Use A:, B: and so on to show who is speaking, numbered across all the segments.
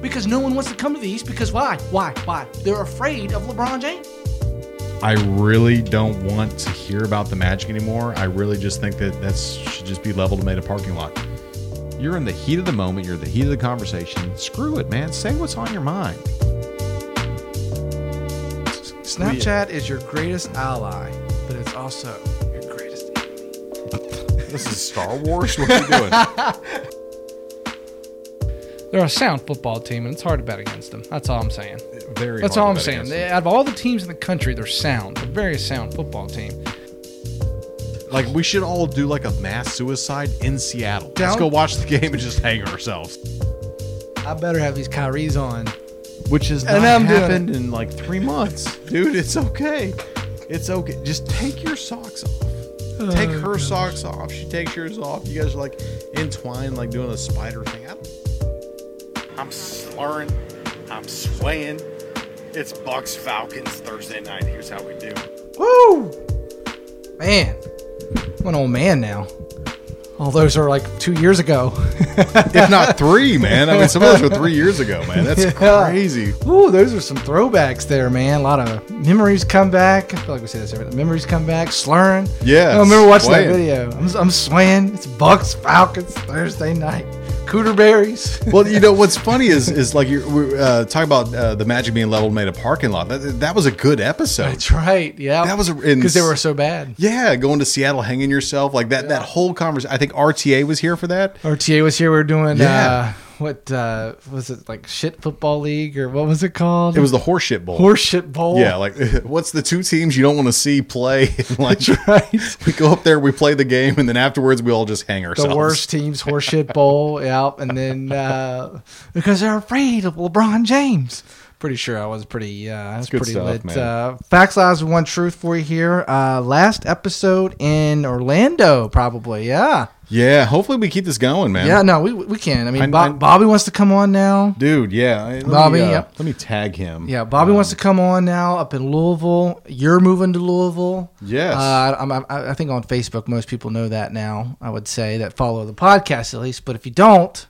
A: because no one wants to come to the East because why? Why? Why? They're afraid of LeBron James.
B: I really don't want to hear about the Magic anymore. I really just think that that should just be leveled and made a parking lot. You're in the heat of the moment. You're in the heat of the conversation. Screw it, man. Say what's on your mind.
C: Snapchat is your greatest ally, but it's also your greatest enemy.
B: This is Star Wars. What are you doing?
A: They're a sound football team, and it's hard to bet against them. That's all I'm saying.
B: Very.
A: That's
B: hard
A: all I'm
B: to bet
A: saying.
B: against
A: They-
B: them.
A: out of all the teams in the country, they're sound. They're very sound football team.
B: Like we should all do like a mass suicide in Seattle. Let's
C: Down-
B: go watch the game and just hang ourselves.
C: I better have these Kyries on.
B: Which has
C: And
B: not
C: I'm doing
B: happened in like three months, dude. It's okay. It's okay. Just take your socks off. Take
C: Oh,
B: her socks off. She takes yours off. You guys are like entwined, like doing a spider thing. I don't
D: I'm slurring. I'm swaying. It's Bucks Falcons Thursday night. Here's how we do.
C: Woo! Man, I'm an old man now. All those are like two years ago.
B: if not three, man. I mean, some of those were three years ago, man. That's
C: Yeah.
B: crazy.
C: Ooh, those are some throwbacks there, man. A lot of memories come back. I feel like we say this every Memories come back, slurring.
B: Yeah,
C: I remember watching
B: swaying.
C: that video. I'm, I'm swaying. It's Bucks, Falcons, Thursday night. Cooterberries.
B: Well, you know what's funny is is like you're we're, uh, talking about uh, the magic being leveled made a parking lot. That, that was a good episode.
C: That's right. Yeah.
B: That was a- and-
C: because they were so bad.
B: Yeah, going to Seattle, hanging yourself like that. That whole conversation. I think RTA was here for that.
C: RTA was here. We were doing
B: Yeah.
C: uh, what uh, was it like shit football league or what was it called?
B: It was the horseshit bowl.
C: horseshit bowl.
B: yeah, like what's the two teams you don't want to see play? like
C: right.
B: we go up there, we play the game, and then afterwards we all just hang ourselves.
C: the worst teams horseshit bowl yep and then uh, because they're afraid of lebron james pretty sure i was pretty uh I was
B: good
C: pretty
B: stuff,
C: lit
B: man.
C: uh facts lies and one truth for you here uh last episode in orlando probably yeah
B: Yeah, hopefully we keep this going, man.
C: yeah no we we can i mean
B: I-
C: Bo-
B: I-
C: bobby wants to come on now
B: dude. Yeah, I- let
C: Bobby,
B: Me, uh,
C: yep.
B: Let me tag him.
C: yeah, Bobby wants to come on now up in Louisville. You're moving to Louisville.
B: Yes.
C: Uh, I'm, I, I think on Facebook most people know that now. I would say that follow the podcast at least, but if you don't,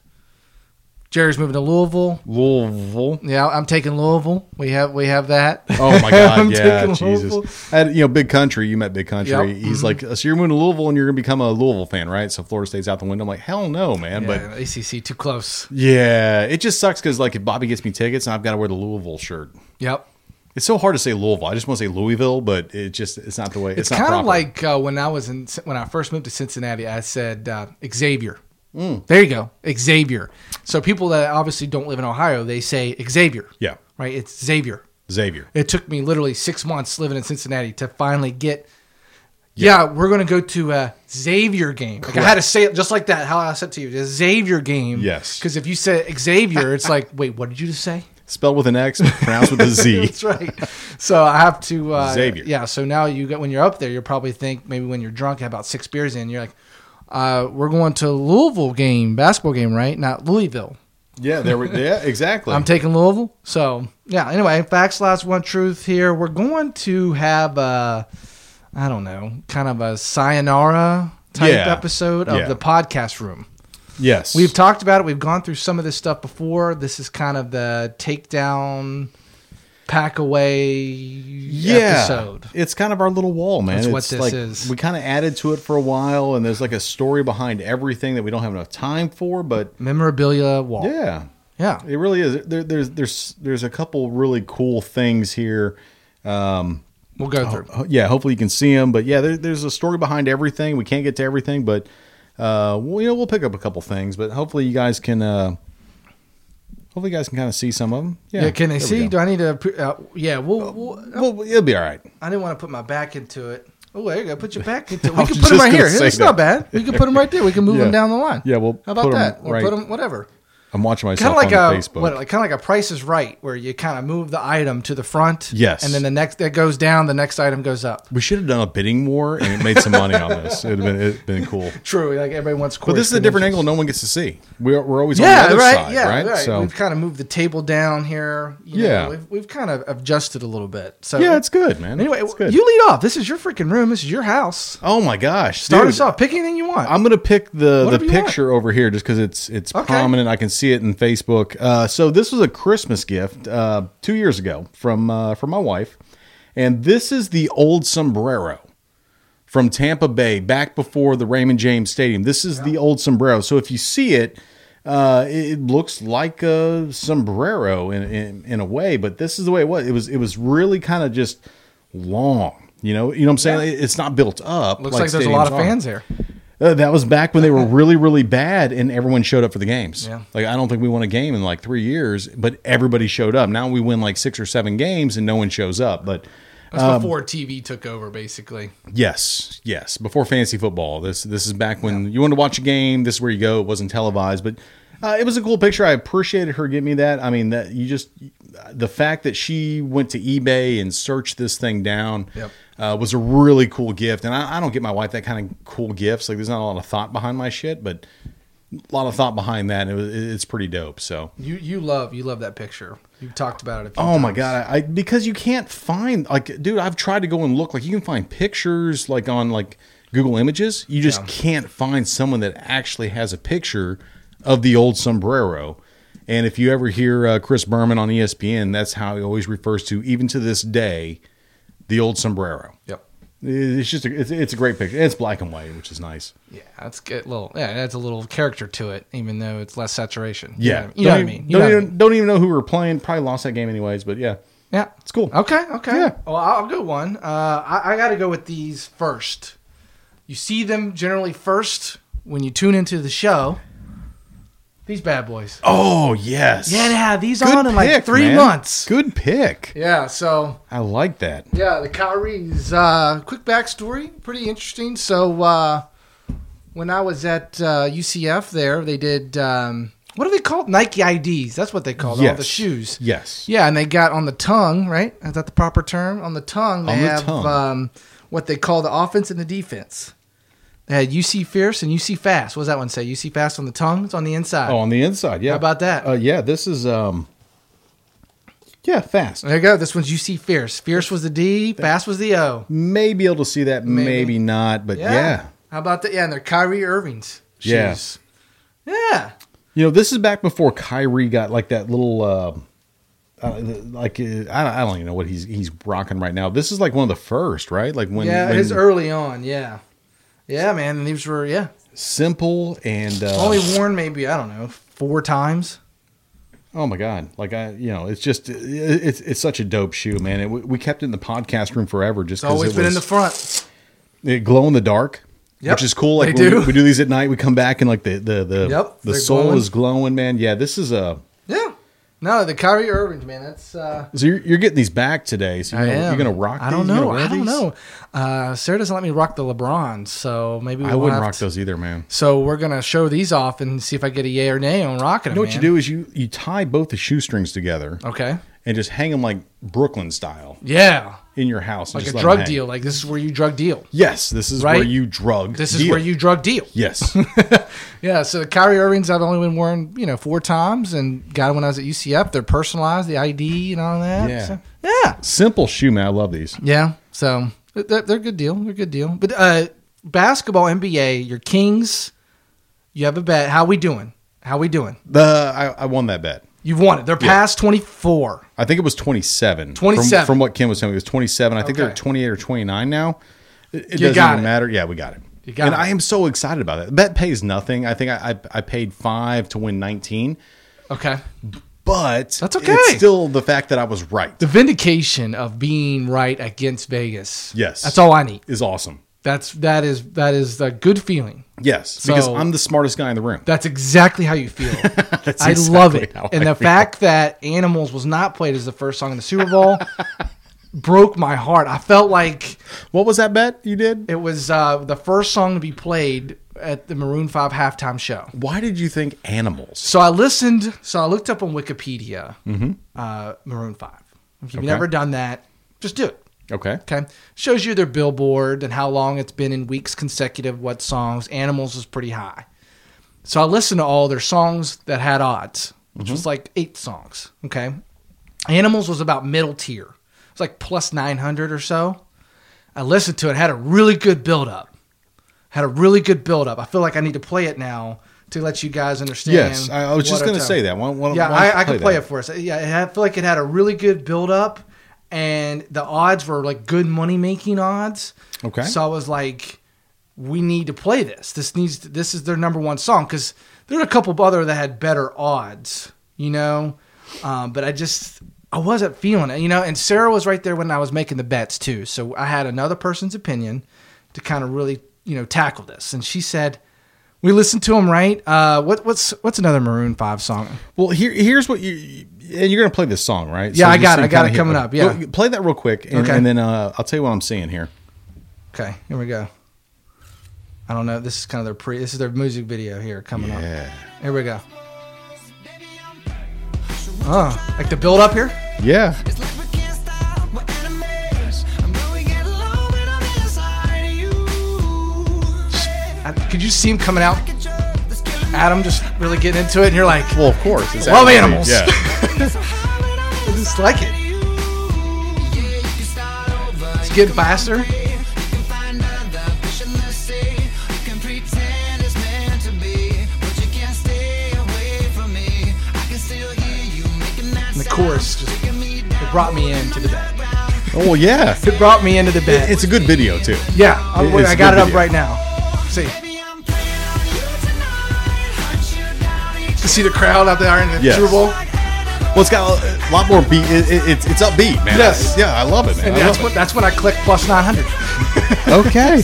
C: Jerry's moving to Louisville.
B: Louisville.
C: Yeah, I'm taking Louisville. We have we have that.
B: Oh my God!
C: I'm
B: yeah,
C: taking Louisville.
B: Jesus. At, you know, big country. You met big country.
C: Yep. Mm-hmm.
B: He's like, so you're moving to Louisville and you're gonna become a Louisville fan, right? So Florida State's out the window. I'm like, hell no, man. But
C: Yeah, ACC too close.
B: yeah, it just sucks because like if Bobby gets me tickets, I've got to wear the Louisville shirt.
C: Yep.
B: It's so hard to say Louisville. I just want to say Louisville, but it just it's not the way. It's,
C: It's,
B: not
C: kind of
B: proper.
C: like uh, when I was in when I first moved to Cincinnati. I said uh, Xavier.
B: Mm.
C: There you go, Xavier. So people that obviously don't live in Ohio, they say Xavier.
B: yeah,
C: Right? It's Xavier.
B: Xavier.
C: It took me literally six months living in Cincinnati to finally get. Yeah, we're gonna go to a Xavier game. Like I had to say it just like that. How I said to you, the Xavier game.
B: Yes.
C: Because if you said Xavier, it's like, wait, what did you just say?
B: Spelled with an X, pronounced with a Z.
C: That's right. So I have to uh,
B: Xavier.
C: Yeah. So now you got when you're up there, you'll probably think maybe when you're drunk, have about six beers in, you're like, uh, we're going to Louisville game, basketball game, right? Not Louisville.
B: yeah, there. We, yeah, exactly.
C: I'm taking Louisville. So yeah. Anyway, facts, last one truth here. We're going to have uh, I don't know, kind of a sayonara type
B: Yeah.
C: episode of
B: Yeah.
C: the podcast room.
B: yes,
C: We've talked about it. We've gone through some of this stuff before. This is kind of the takedown, pack away episode.
B: It's kind of our little wall, man.
C: That's what
B: It's
C: this
B: like,
C: is.
B: We kind of added to it for a while, and there's like a story behind everything that we don't have enough time for. But
C: Memorabilia wall.
B: yeah,
C: Yeah.
B: it really is. There, there's there's there's a couple really cool things here. Um,
C: We'll go through.
B: ho- yeah, hopefully you can see them. But yeah, there, there's a story behind everything. We can't get to everything, but uh, well, you know, we'll pick up a couple things. But hopefully you guys can. Uh, hopefully you guys can kind of see some of them. Yeah,
C: yeah, can they
B: there we
C: see?
B: go.
C: Do I need to? pre- Uh, yeah, we'll, we'll.
B: Well, it'll be all right.
C: I didn't want to put my back into it. Oh, there you go. Put your back into it. We
B: was
C: can put them
B: just
C: right here.
B: gonna say
C: It's not bad.
B: that.
C: We can put them right there. We can move
B: Yeah.
C: them down the line.
B: Yeah, we'll
C: How about
B: put 'em
C: that? Or
B: right-
C: put them whatever.
B: I'm watching
C: Kind
B: myself
C: of like
B: on
C: a
B: Facebook.
C: what? Like kind of like a Price is Right, where you kind of move the item to the front.
B: Yes.
C: And then the next that goes down, the next item goes up.
B: We should have done a bidding war and it made some money on this. It'd have been, it'd been cool.
C: True. Like everybody wants.
B: But this is a different angle no one gets to see. We're, we're always on the other side, right? So
C: we've kind of moved the table down here. You
B: Yeah.
C: know, we've, we've kind of adjusted a little bit. So
B: yeah, it's good, man.
C: anyway.
B: it's good.
C: You lead off. This is your freaking room. This is your house.
B: oh my gosh,
C: Start
B: dude.
C: us off. Pick anything you want.
B: I'm gonna pick the the
C: Whatever you want.
B: picture over here just because it's it's
C: Okay.
B: prominent. I can see see it in Facebook. Uh, so this was a Christmas gift uh, two years ago from uh, from my wife, and this is the old sombrero from Tampa Bay, back before the Raymond James Stadium. This is the old sombrero. So if you see it, uh, it, it looks like a sombrero in, in in a way, but this is the way it was. It was it was really kind of just long. You know, you know what I'm saying. It- It's not built up.
C: Looks like, there's a lot of
B: stadiums are.
C: fans there.
B: Uh, that was back when they were really, really bad, and everyone showed up for the games.
C: Yeah.
B: Like I don't think we won a game in like three years, but everybody showed up. Now we win like six or seven games, and no one shows up. But
C: That's
B: Um,
C: before TV took over, basically.
B: yes, yes, before fantasy football, this this is back when you wanted to watch a game. This is where you go. It wasn't televised, but uh, it was a cool picture. I appreciated her giving me that. I mean, that you just the fact that she went to eBay and searched this thing down
C: Yep.
B: uh, was a really cool gift. And I, I don't get my wife that kind of cool gifts. Like there's not a lot of thought behind my shit, but a lot of thought behind that. And it was, it's pretty dope. So.
C: You you love you love that picture. You talked about it. A few
B: Oh my
C: times.
B: god! I because you can't find like, dude, I've tried to go and look. Like, you can find pictures like on like Google Images. You just
C: Yeah.
B: can't find someone that actually has a picture of the old sombrero. And if you ever hear uh, Chris Berman on ESPN, that's how he always refers to, even to this day, the old sombrero.
C: Yep.
B: It's just a, it's, it's a great picture. It's black and white, which is nice.
C: Yeah, that's good. Little yeah, it adds a little character to it, even though it's less saturation.
B: Yeah,
C: you know what I
B: Don't
C: mean.
B: even-
C: You know what I mean. You know
B: don't
C: what I
B: even
C: mean.
B: don't even know who we were playing. Probably lost that game anyways. But yeah,
C: Yeah.
B: it's cool.
C: Okay. Okay.
B: Yeah.
C: Well, I'll go one. Uh, I, I got to go with these first. You see them generally first when you tune into the show. These bad boys.
B: Oh yes.
C: Yeah, they had these
B: Good
C: on in like
B: pick,
C: three
B: man.
C: months.
B: Good pick.
C: Yeah. So
B: I like that.
C: Yeah, the Cowries. Uh, quick backstory, pretty interesting. So uh, when I was at uh, UCF, there they did um, what are they called? Nike IDs. That's what they called all
B: Yes.
C: the shoes.
B: Yes.
C: Yeah, and they got on the tongue, right? Is that the proper term? On the tongue, they
B: On the
C: have
B: tongue.
C: Um, what they call the offense and the defense. They had UC Fierce and UC Fast. What does that one say? UC Fast on the tongue? It's on the inside.
B: Oh, on the inside. Yeah.
C: How about that?
B: Uh, yeah. This is um. Yeah, fast.
C: there you go. This one's UC Fierce. Fierce was the D, Fast was the O.
B: May be able to see that. Maybe,
C: Maybe.
B: not. But yeah.
C: How about that? Yeah, and they're Kyrie Irving's
B: Yeah.
C: shoes. Yeah.
B: You know, this is back before Kyrie got like that little. Uh, uh, like uh, I don't, I don't even know what he's he's rocking right now. This is like one of the first, right? Like when,
C: yeah,
B: when
C: his early on, yeah. Yeah, man. and These were yeah.
B: simple and uh,
C: Only worn maybe, I don't know, four times.
B: Oh my god! Like I, you know, it's just it- it's it's such a dope shoe, man. It, we kept it in the podcast room forever just
C: It's always
B: it
C: been in
B: was
C: the front.
B: it glow in the dark,
C: Yep,
B: which is cool. Like
C: they
B: when
C: do.
B: We, we do these at night. We come back and like the the the
C: Yep,
B: the
C: they're
B: soul
C: glowing.
B: is glowing, man. Yeah, this is a.
C: Yeah. No, the Kyrie Irving, man, that's uh
B: So you're, you're getting these back today. So you're,
C: I
B: gonna,
C: am.
B: you're gonna rock.
C: I don't
B: these? You're
C: know.
B: gonna wear
C: I don't
B: these?
C: know. Uh Sarah doesn't let me rock the LeBrons, so maybe we
B: I wouldn't
C: have
B: rock
C: to-
B: those either, man.
C: So we're gonna show these off and see if I get a yay or nay on rocking them.
B: You know what you
C: Oh, man.
B: do is you you tie both the shoestrings together
C: Okay.
B: and just hang them like Brooklyn style
C: Yeah.
B: in your house, and
C: Like a
B: just let 'em
C: drug
B: hang.
C: deal. Like this is where you drug deal.
B: Yes, this is where
C: Right?
B: you drug.
C: This is
B: deal.
C: where you drug deal.
B: Yes.
C: Yeah, so the Kyrie Irving's I've only been worn, you know, four times and got it when I was at UCF. They're personalized, the ID and all that.
B: Yeah.
C: So, yeah.
B: Simple shoe, man. I love these.
C: Yeah. So they're, they're a good deal. They're a good deal. But uh, basketball, NBA, your Kings, you have a bet. How we doing? How we doing?
B: The I, I won that bet.
C: You've won it. They're past 24.
B: I think it was 27.
C: 27.
B: From, from what Kim was telling me, it was 27. I think they're
C: Okay.
B: 28 or 29 now. It, it
C: You
B: doesn't
C: got
B: even
C: it.
B: matter. Yeah, we got it.
C: You got
B: and
C: it.
B: I am so excited about that. The bet pays nothing. I think I, I, I paid five to win 19,
C: Okay.
B: but
C: That's okay.
B: It's still the fact that I was right
C: The vindication of being right against Vegas.
B: Yes.
C: That's all I need.
B: is awesome.
C: That's that is that is a good feeling.
B: Yes, because
C: So-
B: I'm the smartest guy in the room.
C: That's exactly how you feel. I love it.
B: exactly how
C: And
B: I
C: the
B: feel.
C: fact that Animals was not played as the first song in the Super Bowl broke my heart. I felt like
B: What was that bet you did?
C: it was uh, the first song to be played at the Maroon 5 halftime show.
B: Why did you think animals?
C: So I listened, so I looked up on Wikipedia uh, Maroon 5. If you've
B: Mm-hmm. Okay.
C: never done that, just do it.
B: Okay.
C: Okay. Shows you their billboard and how long it's been in weeks consecutive, what songs. Animals is pretty high. So I listened to all their songs that had odds, which
B: Mm-hmm.
C: was like eight songs. Okay. Animals was about middle tier. It's like plus 900 or so. I listened to it, had a really good build up. Had a really good build up. I feel like I need to play it now to let you guys understand.
B: Yes, I, I was just
C: what
B: going to
C: it's-
B: say that. Why, why,
C: Yeah,
B: why don't
C: I, I
B: you
C: could play
B: that?
C: it for us. Yeah, it had, I feel like it had a really good build up, and the odds were like good money making odds.
B: Okay.
C: So I was like, we need to play this. This needs. To, this is their number one song because there were a couple of other that had better odds, you know. Um, but I just I wasn't feeling it, you know. And Sarah was right there when I was making the bets too. So I had another person's opinion to kind of really you know tackle this, and she said. We listened to him, right? Uh, what, what's what's another Maroon Five song?
B: Well, here, here's what you and you're going to play this song, right?
C: Yeah, I
B: you
C: got
B: see
C: it. I got
B: kinda
C: it
B: hit-
C: coming up,
B: Go-
C: yeah.
B: play that real quick, and,
C: Okay.
B: and then uh, I'll tell you what I'm seeing here.
C: Okay, here we go. I don't know. This is kind of their pre. This is their music video here coming up.
B: Yeah,
C: Here we go. Oh, like the build up here.
B: yeah.
E: It's like we can't stop, we're enemies. I know we get along, but I'm inside of you.
C: I- Could you see him coming out?
E: Like a jerk that's killing me.
C: Adam just really getting into it, and you're like,
B: Well, of course. It's
C: Love
B: Adam
C: animals.
B: Levine, Yeah.
E: So high, but I'm
C: I just like it.
E: you. Yeah, you can start over.
C: It's getting faster.
E: You can find another fish in the sea. You can pretend it's meant to be, but you can't stay away from me. I can still hear you making that
C: And the
E: sound.
C: chorus just
E: Taking me
C: it brought me into the bed.
B: oh, well, yeah.
C: It brought me into the bed.
B: It's a good video too.
C: yeah, I'm,
B: it's
C: I
B: a
C: got
B: good
C: it up
B: video.
C: right now. See, you
E: Baby, I'm playing on you tonight. Hunt you down each
C: can see the crowd out there in the
B: Yes.
C: Super Bowl.
B: Well, it's got a lot more beat. It, it, it's it's upbeat, man.
C: Yes.
B: Yeah, I love it, man.
C: And
B: I
C: that's
B: love
C: what that's when I clicked plus nine hundred.
B: it. Okay.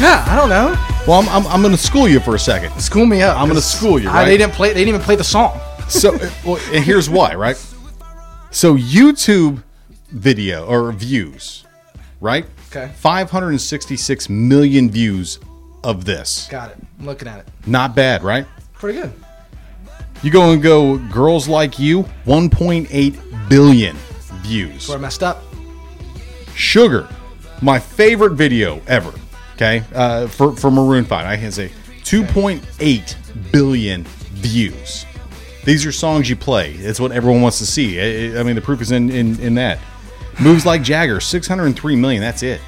C: Yeah, I don't know.
B: Well, I'm, I'm, I'm going to school you for a second.
C: School me up.
B: I'm gonna
C: 'cause
B: school you,
C: I-
B: right?
C: they didn't play. They didn't even play the song.
B: So, uh, well, and here's why, right? So, YouTube video or views, right?
C: Okay.
B: 566 million views of this.
C: Got it. I'm looking at it.
B: Not bad, right?
C: Pretty good.
B: You go and go, girls like you, 1.8 billion views.
C: Where I messed up.
B: Sugar, my favorite video ever. Okay, uh, for for Maroon Five, I can say 2.8 billion views. These are songs you play. It's what everyone wants to see. I, I- I mean, the proof is in, in in that. Moves like Jagger, 603 million. That's it.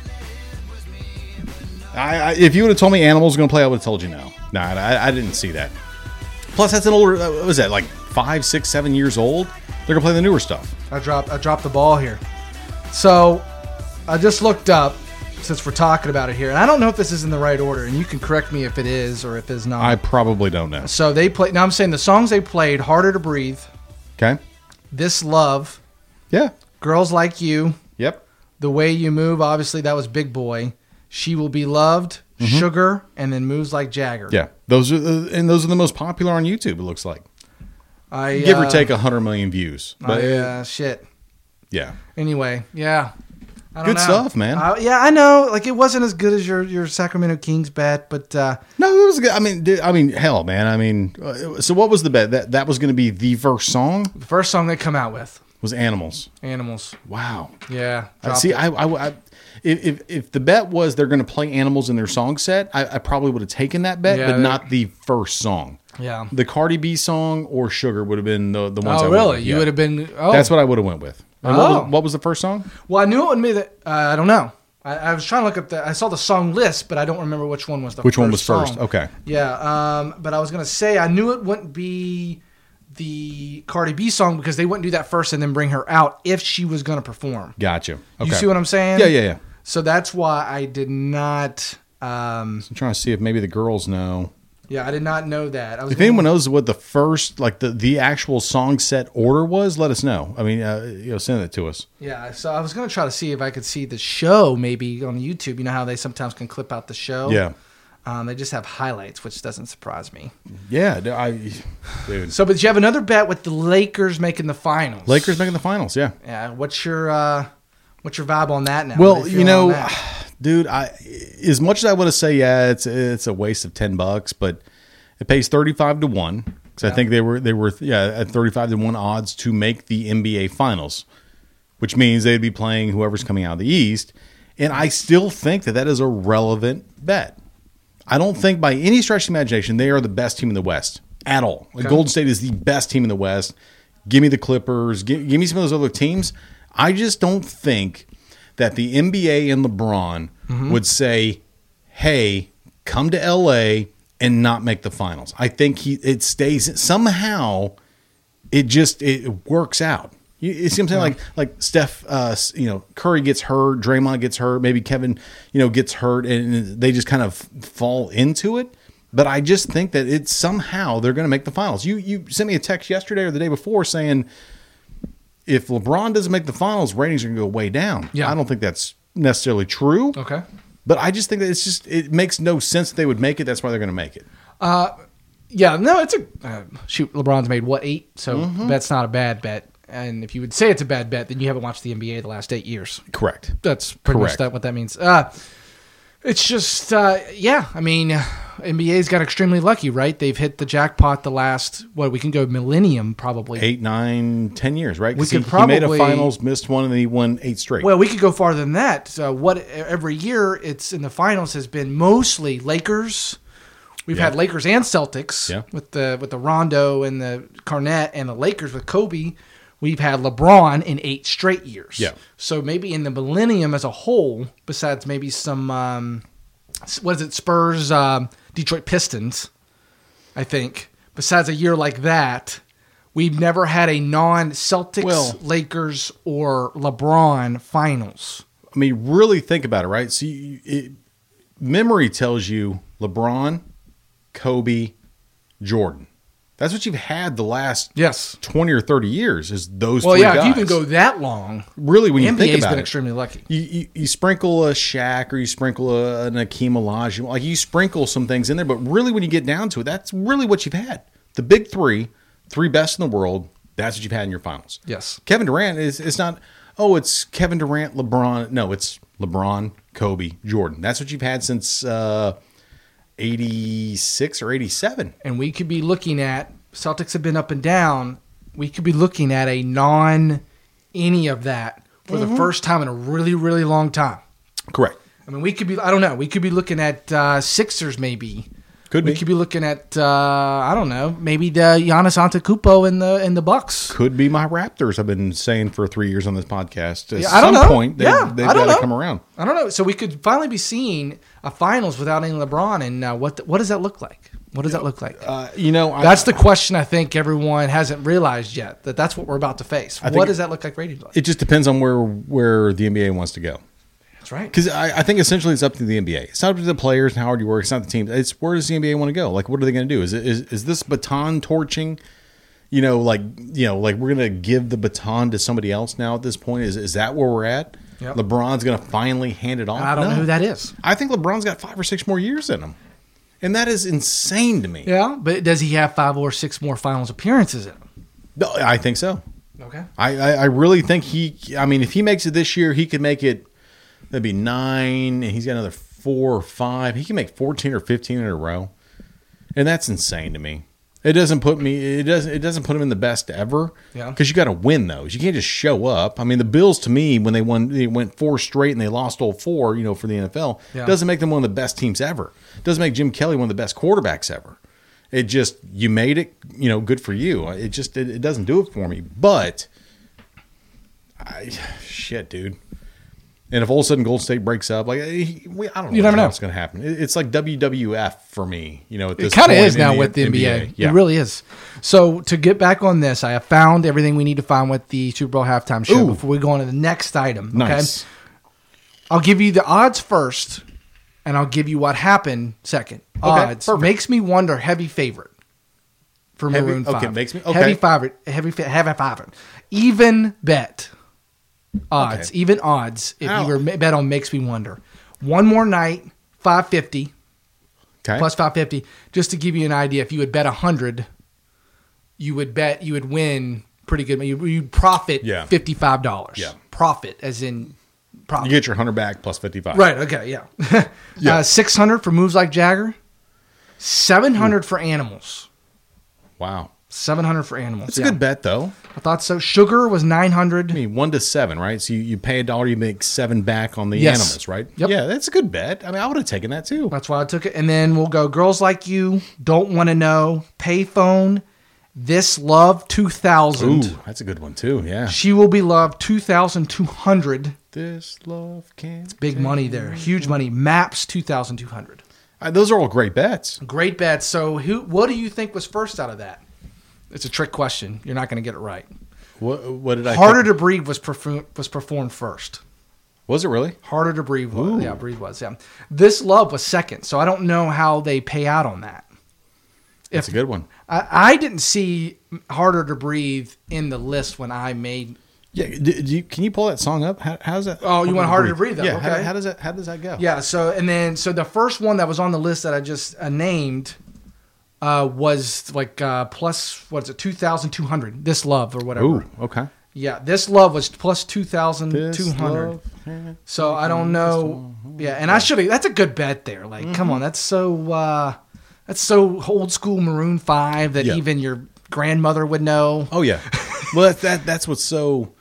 B: I, I if you would have told me Animals was gonna play, I would have told you no. Nah, I, I didn't see that. Plus, that's an older. uh, What was that? Like five, six, seven years old. They're gonna play the newer stuff.
C: I dropped. I dropped the ball here. So I just looked up since we're talking about it here, and I don't know if this is in the right order, and you can correct me if it is or if it's not.
B: I probably don't know.
C: so they played. Now I'm saying the songs they played: "Harder to Breathe,"
B: Okay.
C: "This Love,"
B: Yeah.
C: "Girls Like You,"
B: Yep.
C: "The Way You Move." Obviously, that was Big Boy. "She Will Be Loved," "Sugar," and then "Moves Like Jagger."
B: Mm-hmm. Yeah, those are the, and those are the most popular on YouTube. It looks like
C: I,
B: give or
C: uh,
B: take hundred million views. But
C: I, uh, shit.
B: yeah,
C: anyway, yeah. I don't
B: Good
C: know.
B: stuff, man.
C: I- yeah, I know. Like it wasn't as good as your your Sacramento Kings bet, but uh,
B: no, it was good. I mean, dude, I mean, hell, man. I mean, uh, so what was the bet that that was going to be the first song
C: the first song they come out with,
B: was Animals.
C: Animals.
B: Wow.
C: Yeah.
B: I
C: dropped
B: see.
C: it.
B: I, I, I if, if if the bet was they're going to play Animals in their song set, I, I probably would have taken that bet,
C: Yeah,
B: but
C: they-
B: not the first song.
C: yeah.
B: The Cardi B song or Sugar would have been the the ones. I
C: Oh,
B: would've-
C: really? You
B: yeah.
C: would have been. Oh,
B: That's what I would have went with. And what,
C: Oh.
B: was, what was the first song?
C: Well, I knew it would be that. Uh, I don't know. I, I was trying to look up the. I saw the song list, but I don't remember which one was the.
B: Which
C: first
B: one was first?
C: song.
B: Okay.
C: Yeah. Um. But I was gonna say I knew it wouldn't be the Cardi B song because they wouldn't do that first and then bring her out if she was gonna perform.
B: Gotcha. Okay.
C: You see what I'm saying?
B: Yeah, yeah, yeah.
C: So that's why I did not. Um,
B: I'm trying to see if maybe the girls know.
C: yeah, I did not know that. I was
B: If anyone knows what the first, like the the actual song set order was, let us know. I mean, uh, you know, send it to us.
C: yeah, so I was gonna try to see if I could see the show maybe on YouTube. You know how they sometimes can clip out the show.
B: Yeah,
C: um, they just have highlights, which doesn't surprise me.
B: yeah. d- I, dude,
C: So, but you have another bet with the Lakers making the finals.
B: Lakers making the finals. Yeah.
C: Yeah. What's your uh, what's your vibe on that now? What
B: Well,
C: are
B: you
C: feeling on
B: know,
C: that?
B: dude, I as much as I want to say, yeah, it's it's a waste of ten bucks, but it pays thirty five to one because I think they were they were yeah at thirty five to one odds to make the NBA finals, which means they'd be playing whoever's coming out of the East, and I still think that that is a relevant bet. I don't think by any stretch of the imagination they are the best team in the West at all. Like, Golden State is the best team in the West. Give me the Clippers. Give, give me some of those other teams. I just don't think that the NBA and LeBron would say, hey, come to LA and not make the finals. I think he it stays somehow. It just it works out. You, you see what I'm saying? Like like Steph, uh, s- you know, Curry gets hurt, Draymond gets hurt, maybe Kevin, you know, gets hurt, and they just kind of fall into it. But I just think that it's somehow they're going to make the finals. You you sent me a text yesterday or the day before saying if LeBron doesn't make the finals, ratings are going to go way down.
C: Yeah.
B: I don't think that's necessarily true.
C: Okay.
B: But I just think that it's just it makes no sense that they would make it. That's why they're going to make it.
C: Yeah, no, it's a uh, shoot. LeBron's made what eight, so
B: Mm-hmm.
C: that's not a bad bet. And if you would say it's a bad bet, then you haven't watched the NBA the last eight years.
B: Correct.
C: That's pretty
B: Correct.
C: much that, what that means. Uh, it's just, uh, yeah. I mean, NBA's got extremely lucky, right? They've hit the jackpot the last what we can go millennium probably.
B: Eight, nine, ten years, right? 'Cause
C: We
B: he,
C: could
B: he made a
C: probably-
B: finals, missed one, and then he won eight straight.
C: Well, we could go farther than that. Uh, what every year it's in the finals has been mostly Lakers. We've
B: Yeah.
C: had Lakers and Celtics
B: Yeah.
C: with the with the Rondo and the Garnett and the Lakers with Kobe. We've had LeBron in eight straight years.
B: Yeah.
C: So maybe in the millennium as a whole, besides maybe some um, s- what is it Spurs um, Detroit Pistons, I think. Besides a year like that, we've never had a non Celtics
B: Well-
C: Lakers or LeBron finals.
B: I mean, really think about it, right? So you, it, memory tells you LeBron, Kobe, Jordan. That's what you've had the last
C: Yes.
B: twenty or thirty years. Is those
C: Well,
B: three
C: yeah, if
B: guys.
C: you can go that long,
B: really when you
C: NBA's
B: think
C: been
B: about it.
C: extremely lucky.
B: you, you, you sprinkle a Shaq or you sprinkle a, an Akeem Olajuwon. Like you sprinkle some things in there, but really when you get down to it, that's really what you've had. The big three, three best in the world. That's what you've had in your finals.
C: Yes.
B: Kevin Durant is it's not. Oh, it's Kevin Durant, LeBron. No, it's LeBron, Kobe, Jordan. That's what you've had since uh, eighty six or eighty seven.
C: And we could be looking at Celtics have been up and down. We could be looking at a non any of that for
B: Mm-hmm.
C: the first time in a really, really long time.
B: Correct.
C: I mean, we could be, I don't know, we could be looking at uh, Sixers maybe.
B: Could
C: we
B: be.
C: could be looking at uh, I don't know maybe the Giannis Antetokounmpo in the in the Bucks.
B: Could be my Raptors. I've been saying for three years on this podcast. At
C: Yeah, I don't
B: some
C: know.
B: point, they,
C: Yeah,
B: they've
C: I don't
B: got to
C: know.
B: come around.
C: I don't know. So we could finally be seeing a finals without any LeBron, and uh, what what does that look like? What does that look like?
B: Uh, you know, I-
C: that's the question I think everyone hasn't realized yet that that's what we're about to face.
B: think-
C: What does that look like rated? Like?
B: it just depends on where where the NBA wants to go.
C: That's right.
B: Because I, I think essentially it's up to the NBA. It's not up to the players and how hard you work. It's not the team. It's where does the NBA want to go? Like, what are they going to do? Is, it, is is this baton torching? You know, like you know, like we're going to give the baton to somebody else now. At this point, is is that where we're at?
C: Yep.
B: LeBron's going to finally hand it off.
C: I don't
B: No.
C: know who that is.
B: I think LeBron's got five or six more years in him, and that is insane to me.
C: Yeah, but does he have five or six more finals appearances in him?
B: No, I think so.
C: Okay.
B: I, I, I really think he. I mean, if he makes it this year, he could make it. That'd be nine, and he's got another four or five. He can make fourteen or fifteen in a row, and that's insane to me. It doesn't put me. It doesn't. It doesn't put him in the best ever.
C: Yeah.
B: Because you got to win those. You can't just show up. I mean, the Bills to me, when they won, they went four straight and they lost all four. You know, for the NFL,
C: Yeah.
B: doesn't make them one of the best teams ever. Doesn't make Jim Kelly one of the best quarterbacks ever. It just you made it. You know, good for you. It just it, it doesn't do it for me. But I, shit, dude. And if all of a sudden Gold State breaks up, like eh, we, I don't know,
C: You never know.
B: what's going to happen. It- It's like WWF for me, you know. At
C: It
B: this
C: kind of
B: point
C: is
B: in
C: now with the NBA.
B: Yeah,
C: It really is. So to get back on this, I have found everything we need to find with the Super Bowl halftime show
B: Ooh.
C: before we go on to the next item.
B: nice.
C: Okay. I'll give you the odds first, and I'll give you what happened second. odds
B: perfect.
C: makes me wonder heavy favorite for
B: Heavy-
C: Maroon Five.
B: okay, makes me- okay.
C: heavy favorite. Heavy fa- heavy favorite. Even bet odds.
B: Okay.
C: Even odds. If
B: Ow.
C: you were ma- bet on makes me wonder. One more night, five fifty
B: Okay,
C: plus 550 just to give you an idea if you would bet 100 you would bet you would win pretty good you you'd profit
B: Yeah.
C: $55
B: Yeah.
C: profit as in
B: you
C: profit
B: get your hundred back plus fifty five.
C: right okay yeah,
B: Yeah.
C: Uh, 600 for moves like jagger 700
B: Hmm.
C: for animals
B: Wow,
C: 700 for animals
B: that's
C: yeah.
B: a good bet though.
C: i thought so sugar was 900
B: I mean, one to seven, right? So you, you pay a dollar, you make seven back on the
C: Yes.
B: animals, right?
C: Yep.
B: Yeah, that's a good bet. I mean, I would have taken that too.
C: That's why I took it. And then we'll go Girls Like You, Don't Want to Know, Payphone, This Love 2000.
B: Ooh, that's a good one too. Yeah,
C: She Will Be Loved 2200.
B: this love can.
C: Big money there. Huge money. Maps 2200.
B: Uh, those are all great bets.
C: Great bet. So who? What do you think was first out of that? It's a trick question. You're not going to get it right.
B: What, what did I?
C: Harder
B: pick?
C: to breathe was perform, was performed first.
B: was it really?
C: Harder to breathe was yeah, breathe was yeah. This love was second. So I don't know how they pay out on that.
B: That's a good one.
C: I, I didn't see harder to breathe in the list when I made.
B: Yeah. Do, do you, can you pull that song up? How, how's that?
C: Oh, you want Harder to Breathe up,
B: Yeah. How,
C: okay.
B: how does that? How does that go?
C: Yeah. So and then so the first one that was on the list that I just uh, named uh, was like uh, plus what's it two thousand two hundred? This love or whatever.
B: Ooh. Okay.
C: Yeah, this love was plus two thousand two hundred.
B: love-
C: So I don't know. Yeah, and I should have. That's a good bet there. Like, come
B: Mm-hmm.
C: on, that's so uh, that's so old school Maroon Five that
B: Yeah.
C: even your grandmother would know.
B: Oh yeah. well, that, that that's what's so.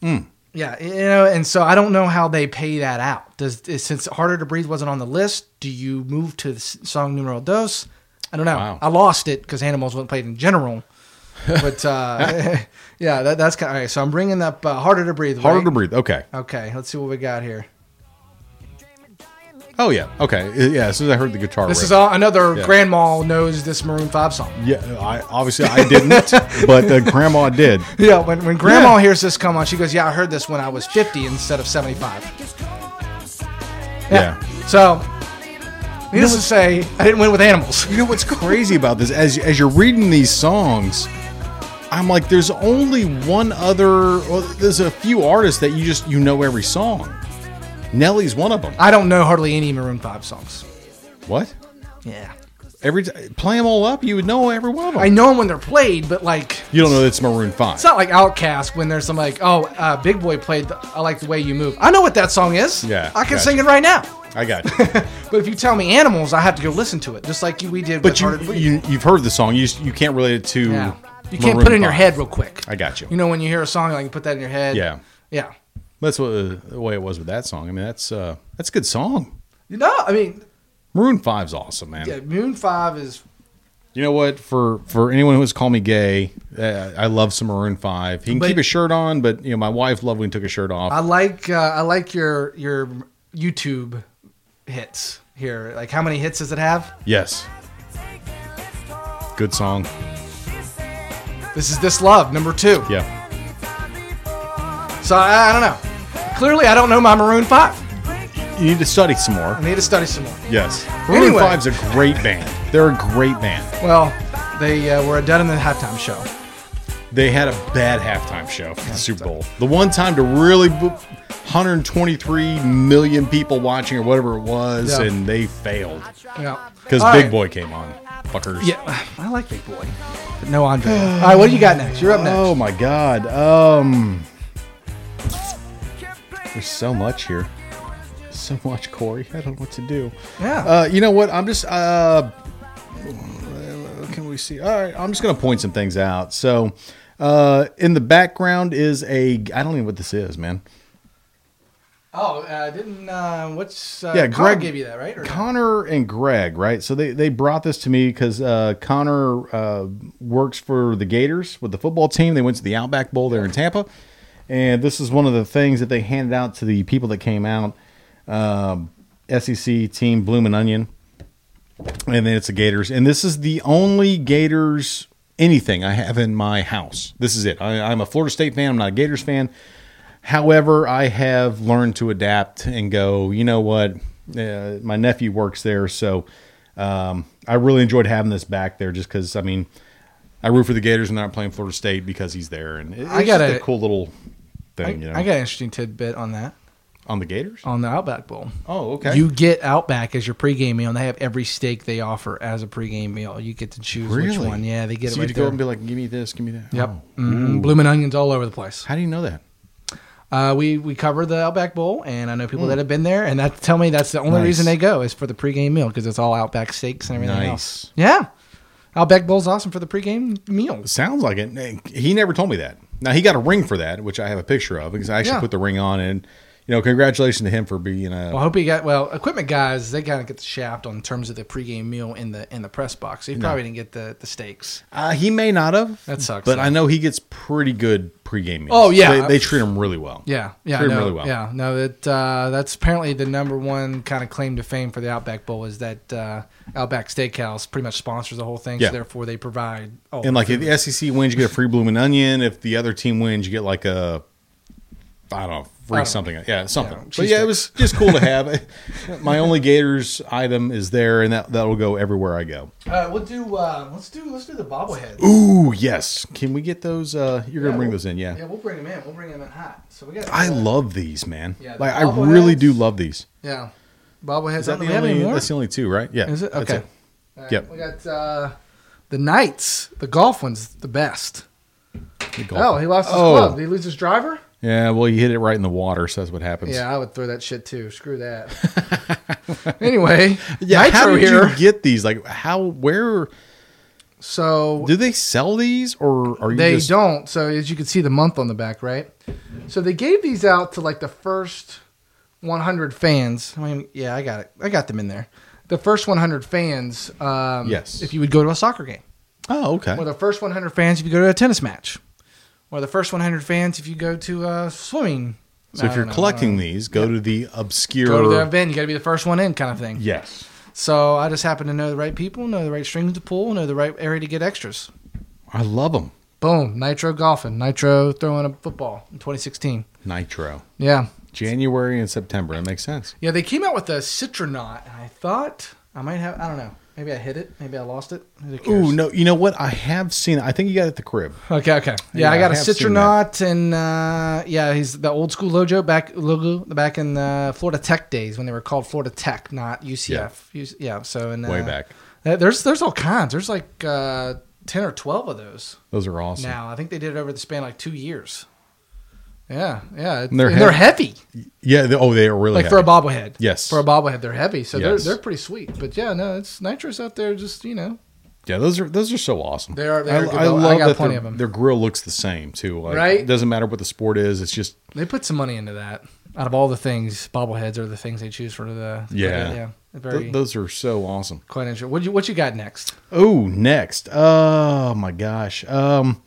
C: Yeah, you know, and so I don't know how they pay that out. Does is, since "Harder to Breathe" wasn't on the list, do you move to the s- song numero dos? I don't know.
B: Wow.
C: I lost it because Animals wasn't played in general. But uh, yeah, that, that's kind of all right. So I'm bringing up uh, "Harder to Breathe."
B: Harder
C: right?
B: to breathe. Okay.
C: Okay, let's see what we got here.
B: Oh yeah. Okay. Uh, Yeah. As soon as I heard the guitar,
C: This is
B: riff.
C: all, another
B: Yeah.
C: grandma knows this Maroon Five song.
B: Yeah. uh, I obviously I didn't, but uh, Grandma did.
C: Yeah, when, when grandma
B: Yeah.
C: hears this come on, she goes, "Yeah, I heard this when I was 50 instead of 75."
B: Yeah.
C: So, needless to say, I didn't win with animals.
B: You know what's crazy about this? As as you're reading these songs, I'm like, there's only one other. Well, there's a few artists that you just you know every song. Nelly's one of them.
C: I don't know hardly any Maroon Five songs.
B: What?
C: Yeah,
B: Every t- play them all up, you would know every one of them.
C: I know them when they're played, but like
B: you don't know it's Maroon Five.
C: it's not like Outcast when there's some like, "Oh, uh, Big Boy played the, I Like the Way You Move." I know what that song is.
B: Yeah,
C: I can
B: gotcha.
C: sing it right now.
B: I got you.
C: But if you tell me animals, I have to go listen to it, just like you, we did. with
B: But you,
C: Hard to Breathe.
B: you you've heard the song. You just, you can't relate it to.
C: Yeah. You can't
B: Maroon
C: put it in your
B: five.
C: head real quick.
B: I got you.
C: You know, when you hear a song, like you put that in your head.
B: Yeah.
C: Yeah.
B: That's what uh, the way it was with that song. I mean, that's uh that's a good song.
C: You know, I mean,
B: Maroon Five's awesome, man.
C: yeah, Moon 5 is.
B: You know what? For for anyone who's called me gay, uh, I love some Maroon Five. He can
C: But-
B: keep his shirt on, but you know my wife loved when he took his shirt off.
C: I like uh, I like your your YouTube hits here. Like, how many hits does it have?
B: yes, good song.
C: This is This Love, number two.
B: Yeah,
C: So I, I don't know. Clearly, I don't know my Maroon 5.
B: you need to study some more.
C: I need to study some more.
B: Yes, Maroon
C: Anyway.
B: Five's a great band. They're a great band.
C: Well, they uh, were done in the halftime show.
B: They had a bad halftime show for the Super Bowl. The one time to really. b- 123 million people watching or whatever it was
C: Yeah.
B: and they failed
C: Yeah.
B: because
C: All
B: big
C: right.
B: boy came on fuckers
C: Yeah, I like Big Boy. But no Andre. All right, what do you got next? You're up next.
B: Oh my god. Um There's so much here. So much, Corey. I don't know what to do.
C: Yeah.
B: Uh you know what? I'm just uh what can we see? All right, I'm just gonna point some things out. So uh in the background is a I don't even know what this is, man.
C: Oh, uh, didn't uh, what's uh,
B: Yeah,
C: Connor
B: Greg-
C: gave you that right? Or-
B: Connor and Greg, right? So they, they brought this to me because uh, Connor uh, works for the Gators with the football team. They went to the Outback Bowl there in Tampa, and this is one of the things that they handed out to the people that came out. Um, SEC team Bloomin' Onion, and then it's the Gators, and this is the only Gators anything I have in my house. This is it. I, I'm a Florida State fan. I'm not a Gators fan. However, I have learned to adapt and go, you know what? Uh, my nephew works there. So um, I really enjoyed having this back there just because, I mean, I root for the Gators and they're not playing Florida State because he's there. And it- it's
C: I got
B: just
C: a-
B: a cool little thing,
C: I,
B: you know,
C: I got an interesting tidbit on that
B: on the Gators.
C: on the Outback Bowl.
B: Oh, okay.
C: You get Outback as your pregame meal, and they have every steak they offer as a pregame meal. You get to choose which one. Yeah, they get
B: so
C: it
B: you
C: right
B: go
C: there.
B: and be like, give me this, give me that.
C: yep,
B: Oh.
C: mm, blooming onions all over the place.
B: How do you know that?
C: Uh, we we cover the Outback Bowl, and I know people that
B: Hmm.
C: have been there, and that tell me that's the only reason they go is for the pregame meal because it's all Outback steaks and everything
B: Nice.
C: else. Yeah, Outback Bowl's awesome for the pregame meal.
B: Sounds like it. He never told me that. Now he got a ring for that, which I have a picture of because I actually
C: Yeah.
B: put the ring on and you know, congratulations to him for being a
C: Well, I hope he got well. Equipment guys, they kind of get the shaft on terms of the pregame meal in the in the press box. He probably didn't get the the steaks.
B: Uh, he may not have.
C: That sucks,
B: But
C: though.
B: I know he gets pretty good pregame meals.
C: Oh, yeah.
B: they, they treat him really well.
C: Yeah, yeah,
B: treat
C: no,
B: him really well.
C: yeah. No, that uh, that's apparently the number one kind of claim to fame for the Outback Bowl is that uh, Outback Steakhouse pretty much sponsors the whole thing.
B: Yeah.
C: So therefore, they provide. All
B: And
C: the
B: like if
C: food.
B: the SEC wins, you get a free blooming onion. If the other team wins, you get like a I don't know, free
C: don't know.
B: something. Yeah, something.
C: Yeah,
B: but
C: cheese
B: yeah, it was just cool to have. My only Gators item is there, and that that'll go everywhere I go.
C: uh, we'll do uh, let's do let's do the bobblehead.
B: Ooh, yes. Can we get those? Uh, you're gonna
C: Yeah,
B: bring
C: we'll-
B: those in, yeah.
C: Yeah, we'll bring them in. We'll bring them in hot. So we got. uh,
B: I love these, man.
C: Yeah, the
B: like I really
C: bobbleheads.
B: do love these.
C: Yeah, bobbleheads.
B: Is that
C: Do
B: the
C: we have any
B: only?
C: more?
B: That's the only two, right? Yeah.
C: Is it
B: that's
C: okay? All right,
B: Yep.
C: We got uh, the Knights. The golf one's the best.
B: The golf
C: Oh, he lost his
B: Oh.
C: club. Did he lose his driver?
B: Yeah, well, you hit it right in the water, so that's what happens.
C: Yeah, I would throw that shit too. Screw that. anyway,
B: Yeah, how
C: Nitro
B: did
C: here.
B: you get these? Like, how? Where
C: so
B: do they sell these, or are you?
C: they
B: just-
C: don't. So as you can see, the month on the back, right? So they gave these out to like the first 100 fans. I mean, yeah, I got it. I got them in there. The first 100 fans. Um,
B: Yes.
C: If you would go to a soccer game.
B: Oh, okay.
C: Or the first 100 fans if you go to a tennis match. Or the first 100 fans if you go to uh, swimming.
B: so
C: I
B: if you're
C: don't know,
B: collecting
C: uh,
B: these, go to the obscure.
C: go to the event, you got to be the first one in, kind of thing.
B: yes.
C: So I just happen to know the right people, know the right strings to pull, know the right area to get extras.
B: I love them.
C: Boom, Nitro golfing, Nitro throwing a football in 2016.
B: Nitro,
C: Yeah,
B: January and September. That makes sense.
C: yeah. They came out with a Citronaut, and I thought I might have. I don't know. Maybe I hit it. Maybe I lost it. Who cares?
B: Ooh, no. You know what? I have seen. I think you got it at the crib.
C: Okay, okay.
B: Yeah,
C: Yeah, I got
B: I
C: a
B: have seen that.
C: Citronaut, and uh, yeah, he's the old school logo back logo back in uh, Florida Tech days when they were called Florida Tech, not UCF.
B: Yeah.
C: Yeah. yeah so and uh,
B: Way back.
C: uh, there's there's all kinds. There's like uh, ten or twelve of those.
B: Those are awesome.
C: now. I think they did it over the span of like two years. Yeah, yeah, it's-
B: And they're
C: and they're heavy.
B: Yeah. They, oh, they are really
C: Like
B: heavy.
C: for a bobblehead.
B: Yes.
C: for a bobblehead, they're heavy, so
B: Yes.
C: they're they're pretty sweet. But yeah, no, it's nitrous out there. Just you know,
B: Yeah, those are those are so awesome.
C: They are- they are good.
B: I, I
C: I
B: love
C: got
B: that
C: plenty
B: their,
C: of 'em.
B: their grill looks the same too. Like,
C: Right?
B: It doesn't matter what the sport is. It's just
C: they put some money into that. Out of all the things, bobbleheads are the things they choose for the for the-
B: Yeah.
C: yeah very
B: th- those are so awesome.
C: quite interesting. What you what you got next?
B: Oh, next. Oh my gosh. Um,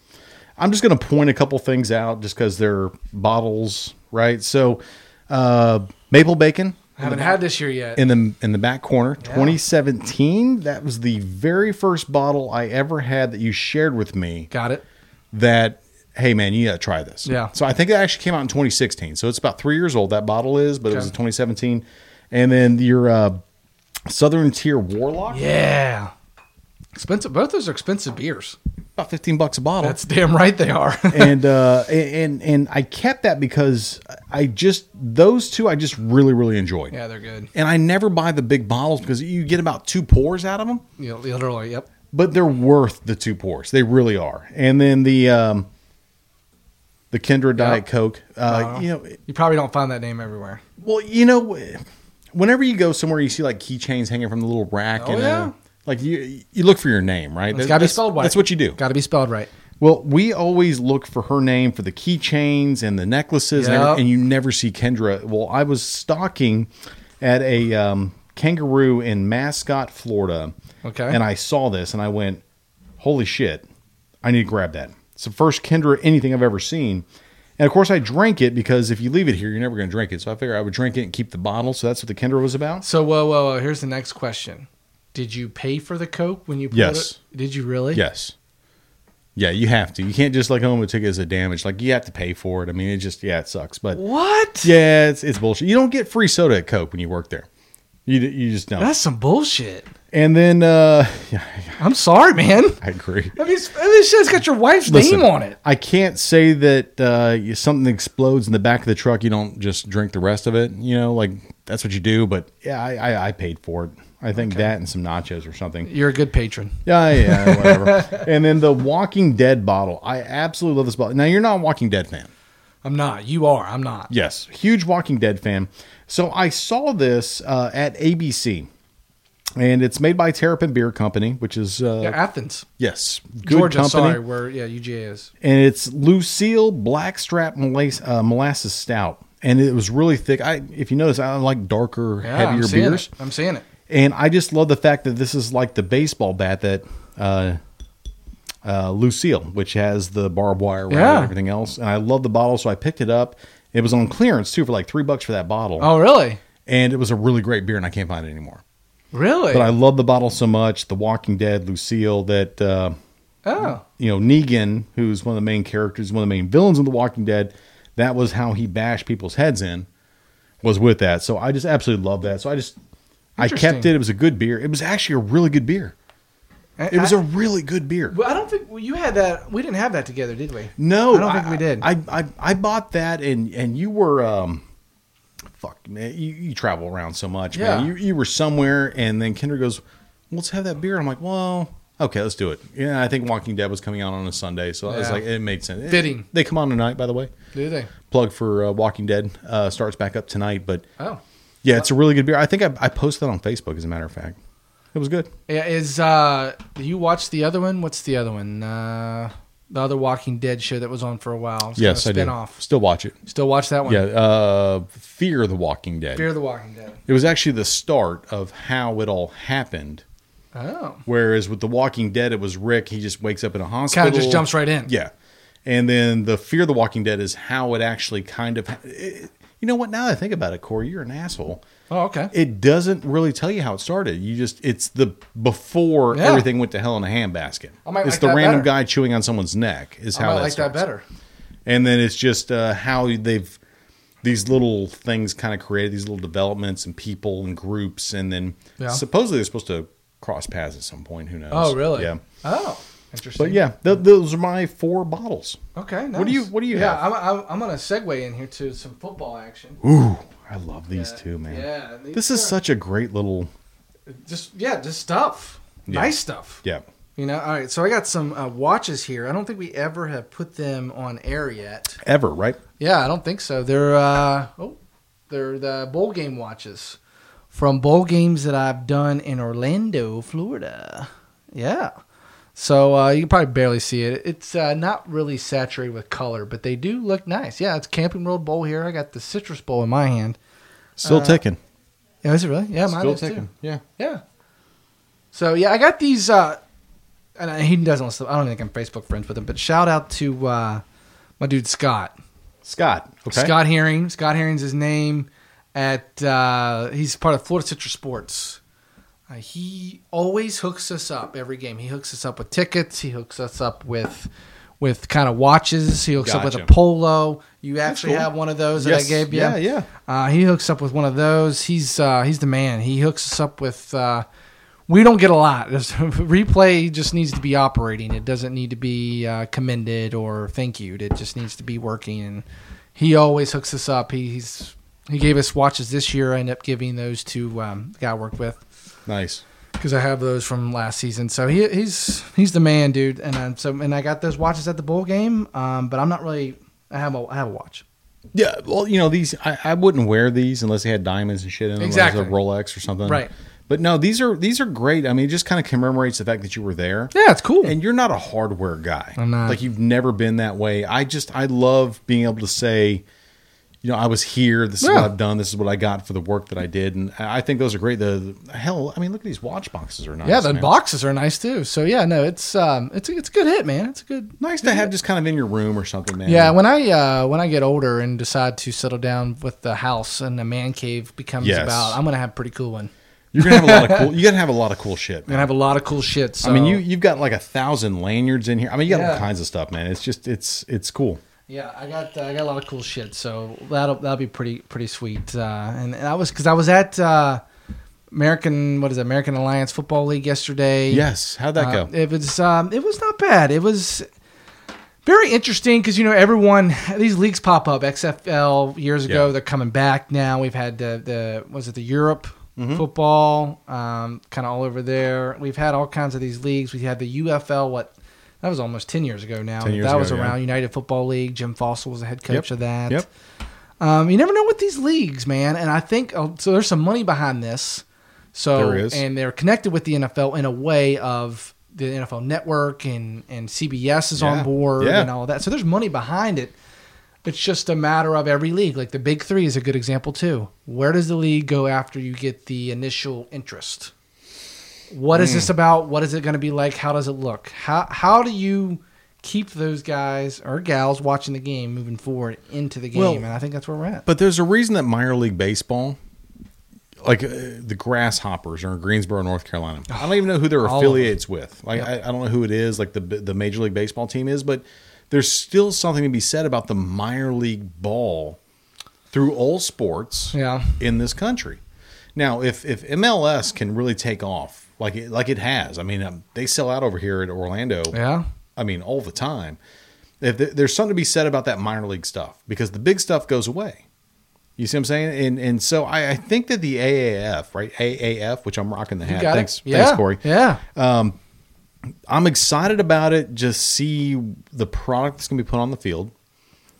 B: I'm just gonna point a couple things out just because they're bottles, right? So, uh, maple bacon
C: I haven't had this year yet.
B: in the in the back corner, 2017. That was the very first bottle I ever had that you shared with me.
C: got it.
B: that hey man you gotta try this
C: Yeah.
B: so i think it actually came out in 2016 so it's about three years old that bottle is but it was
C: Okay.
B: in 2017 and then your uh, southern tier warlock
C: Yeah, expensive. Both those are expensive beers.
B: about 15 bucks a bottle
C: That's damn right they are.
B: and uh and and i kept that because i just those two i just really really enjoyed
C: yeah, they're good.
B: and i never buy the big bottles because you get about two pours out of them
C: You literally, yep.
B: but they're worth the two pours. They really are. And then the um, the Kendra Diet Coke.
C: Uh-huh.
B: Uh, You know,
C: You probably don't find that name everywhere.
B: well, you know, whenever you go somewhere, you see like keychains hanging from the little rack.
C: Oh,
B: and, uh,
C: yeah.
B: like you, you look for your name, right?
C: It's got to be
B: That's-
C: spelled right.
B: That's what you do.
C: Got to be spelled right.
B: Well, we always look for her name for the keychains and the necklaces, and,
C: Yep.
B: everything, and you never see Kendra. Well, I was stalking at a um, kangaroo in Mascot, Florida.
C: Okay.
B: And I saw this and I went, holy shit, I need to grab that. It's the first Kendra anything I've ever seen. And of course, I drank it because if you leave it here, you're never going to drink it. So I figured I would drink it and keep the bottle. So that's what the Kendra was about.
C: So whoa, whoa, whoa. Here's the next question. Did you pay for the coke when you poured
B: Yes.
C: it? Did you really?
B: Yes. Yeah, you have to. You can't just like, oh, I'm going to take it as a damage. Like, you have to pay for it. I mean, it just, yeah, it sucks. But
C: What?
B: Yeah, it's, it's bullshit. You don't get free soda at Coke when you work there. You, you just don't.
C: That's some bullshit.
B: and then, uh, yeah,
C: I'm sorry, man.
B: I agree.
C: I mean, it's- I mean, this shit's got your wife's
B: Listen,
C: name on it.
B: I can't say that uh, you- something explodes in the back of the truck. You don't just drink the rest of it. You know, like that's what you do. But yeah, I, I, I paid for it. I think that and some nachos or something.
C: You're a good patron.
B: Yeah, yeah, whatever. and then the Walking Dead bottle. I absolutely love this bottle. Now you're not a Walking Dead fan.
C: I'm not. You are. I'm not.
B: Yes, huge Walking Dead fan. So I saw this uh, at ABC, and it's made by Terrapin Beer Company, which is uh,
C: Yeah, Athens,
B: yes, good
C: Georgia.
B: company.
C: Sorry, where yeah UGA is.
B: And it's Lucille Blackstrap Molas- uh, Molasses Stout. and it was really thick. I, if you notice, I like darker,
C: Yeah,
B: heavier
C: I'm seeing
B: beers.
C: It. I'm seeing it.
B: And I just love the fact that this is like the baseball bat that uh, uh, Lucille, which has the barbed wire around it
C: Yeah.
B: and everything else. And I love the bottle, so I picked it up. It was on clearance too for like three bucks for that bottle.
C: Oh, really?
B: And it was a really great beer, and I can't find it anymore.
C: Really?
B: But I love the bottle so much, The Walking Dead, Lucille, that uh,
C: oh,
B: you know Negan, who's one of the main characters, one of the main villains of The Walking Dead. That was how he bashed people's heads in. Was with that, so I just absolutely love that. So I just, I kept
C: Interesting.
B: it. It was a good beer. It was actually a really good beer. It was
C: I-
B: a really good beer.
C: Well, I don't think well, you had that. We didn't have that together, did we?
B: No,
C: I don't think we did.
B: I, I I bought that, and and you were um, fuck man, you, you travel around so much,
C: Yeah.
B: man. You you were somewhere, and then Kendra goes, "Let's have that beer." I'm like, "Well, okay, let's do it." Yeah, I think Walking Dead was coming out on a Sunday, so I was
C: Yeah.
B: like, it made sense. It-
C: Fitting.
B: they come on tonight, by the way.
C: Do they?
B: Plug for uh, Walking Dead uh, starts back up tonight, but
C: Oh,
B: yeah, it's a really good beer. I think I, I posted that on Facebook, as a matter of fact. It was good.
C: yeah. Is uh, do you watch the other one? What's the other one? Uh, the other Walking Dead show that was on for a while. It's
B: yes, I
C: kind of
B: did.
C: Spinoff.
B: Still watch it.
C: Still watch that one.
B: Yeah, uh, Fear the Walking Dead.
C: Fear the Walking Dead.
B: It was actually the start of how it all happened.
C: Oh,
B: Whereas with The Walking Dead, it was Rick. He just wakes up in a hospital.
C: kind of just jumps right in.
B: Yeah. And then the Fear the Walking Dead is how it actually kind of. It, you know what? Now that I think about it, Corey, you're an asshole.
C: Oh, okay.
B: It doesn't really tell you how it started. You just it's the before
C: Yeah.
B: everything went to hell in a handbasket.
C: I might
B: It's
C: like
B: the
C: that
B: random
C: better.
B: guy chewing on someone's neck is
C: I
B: how
C: might
B: that
C: like that
B: starts.
C: better.
B: And then it's just uh, how they've these little things kind of created these little developments and people and groups, and then
C: Yeah.
B: supposedly they're supposed to cross paths at some point. Who knows?
C: Oh, really?
B: Yeah.
C: Oh, interesting.
B: But yeah, th- those are my four bottles.
C: Okay. Nice.
B: What do you- what do you
C: Yeah,
B: have?
C: I'm, I'm, I'm gonna segue in here to some football action.
B: Ooh, I love these two, man.
C: Yeah. these
B: This is
C: are-
B: such a great little.
C: just yeah, just stuff. Nice stuff.
B: Yeah.
C: You know, all right. So I got some uh, watches here. I don't think we ever have put them on air yet.
B: Ever right?
C: Yeah, I don't think so. They're uh, oh, they're the bowl game watches from bowl games that I've done in Orlando, Florida. Yeah. So uh, you can probably barely see it. It's uh, not really saturated with color, but they do look nice. Yeah, it's Camping World Bowl here. I got the Citrus Bowl in my hand.
B: Still
C: Uh,
B: ticking.
C: Yeah, is it really? Yeah, mine
B: Still
C: is too.
B: ticking. Yeah.
C: Yeah. So yeah, I got these. Uh, and I- he doesn't. Listen, I don't think I'm Facebook friends with him, but shout out to uh, my dude Scott.
B: Scott. Okay.
C: Scott Herring. Scott Herring's his name. At uh, he's part of Florida Citrus Sports. Uh, he always hooks us up every game. He hooks us up with tickets. He hooks us up with with kind of watches. He hooks up with a
B: Gotcha.
C: polo. You actually
B: cool.
C: have one of those that I
B: Yes.
C: gave you.
B: Yeah, yeah.
C: Uh, he hooks up with one of those. He's uh, he's the man. He hooks us up with. Uh, we don't get a lot. There's- replay just needs to be operating. It doesn't need to be uh, commended or thank you. It just needs to be working. And he always hooks us up. He, he's he gave us watches this year. I ended up giving those to um, the guy I worked with
B: Nice.
C: because I have those from last season. So he, he's he's the man, dude. And i so and I got those watches at the bowl game. Um, but I'm not really. I have a I have a watch.
B: Yeah. Well, you know these. I, I wouldn't wear these unless they had diamonds and shit in them. unless it was
C: Exactly.
B: a Rolex or something.
C: Right.
B: But no, these are these are great. I mean, it just kind of commemorates the fact that you were there.
C: Yeah, it's cool.
B: and you're not a hardware guy.
C: I'm not.
B: Like you've never been that way. I just I love being able to say, you know, I was here. This is
C: Yeah.
B: what I've done. This is what I got for the work that I did. And I I think those are great. The, the- hell, I mean, look at these watch boxes are nice.
C: yeah, the
B: man.
C: boxes are nice too. So yeah, no, it's um, it's a- it's a good hit, man. It's a good
B: Nice to have just kind of in your room or something, man.
C: Yeah, when I uh, when I get older and decide to settle down with the house and the man cave becomes
B: Yes.
C: about, I'm gonna have a pretty cool one.
B: you're gonna have a lot of cool. You're gonna have a lot of cool shit.
C: I'm gonna
B: Man.
C: have a lot of cool shit. So
B: I mean, you you've got like a thousand lanyards in here. I mean, you got all
C: Yeah.
B: kinds of stuff, man. It's just it's it's cool.
C: yeah, I got uh, I got a lot of cool shit. So that'll that'll be pretty pretty sweet. Uh, and, and I was because I was at uh, American what is it, American Alliance Football League yesterday.
B: Yes, how'd that
C: Uh,
B: go?
C: It was um, it was not bad. It was very interesting because you know everyone these leagues pop up. XFL years ago,
B: Yeah.
C: they're coming back now. We've had the, the was it the Europe
B: Mm-hmm.
C: football, um, kind of all over there. We've had all kinds of these leagues. We had the UFL. What that was almost ten years ago now.
B: 10 years
C: that was
B: ago, yeah.
C: around United Football League. Jim Fossil was the head coach
B: Yep.
C: of that.
B: Yep.
C: Um, you never know with these leagues, man. And I think uh, so. There's some money behind this. So
B: There is.
C: and they're connected with the NFL in a way of the NFL Network and and CBS is
B: Yeah.
C: on board
B: Yeah.
C: and all that. So there's money behind it. It's just a matter of every league. Like the Big Three is a good example too. Where does the league go after you get the initial interest? What
B: Hmm.
C: is this about? What is it going to be like? How does it look? How how do you keep those guys or gals watching the game moving forward into the game?
B: Well,
C: and I think that's where we're at.
B: But there's a reason that minor league baseball, like uh, the Grasshoppers, are in Greensboro, North Carolina. I don't even know who their
C: of
B: affiliates with. Like I, I don't know who it is. Like the the Major League Baseball team is, but there's still something to be said about the minor league ball through all sports
C: Yeah.
B: in this country. Now, if if MLS can really take off like it, like it has, I mean, um, they sell out over here at Orlando.
C: Yeah.
B: I mean, all the time. If th- there's something to be said about that minor league stuff because the big stuff goes away. You see what I'm saying? And and so I, I think that the AAF, right? AAF, which I'm rocking the hat.
C: got it.
B: Thanks,
C: Yeah.
B: thanks, Corey.
C: Yeah.
B: I'm excited about it. Just see the product that's going to be put on the field.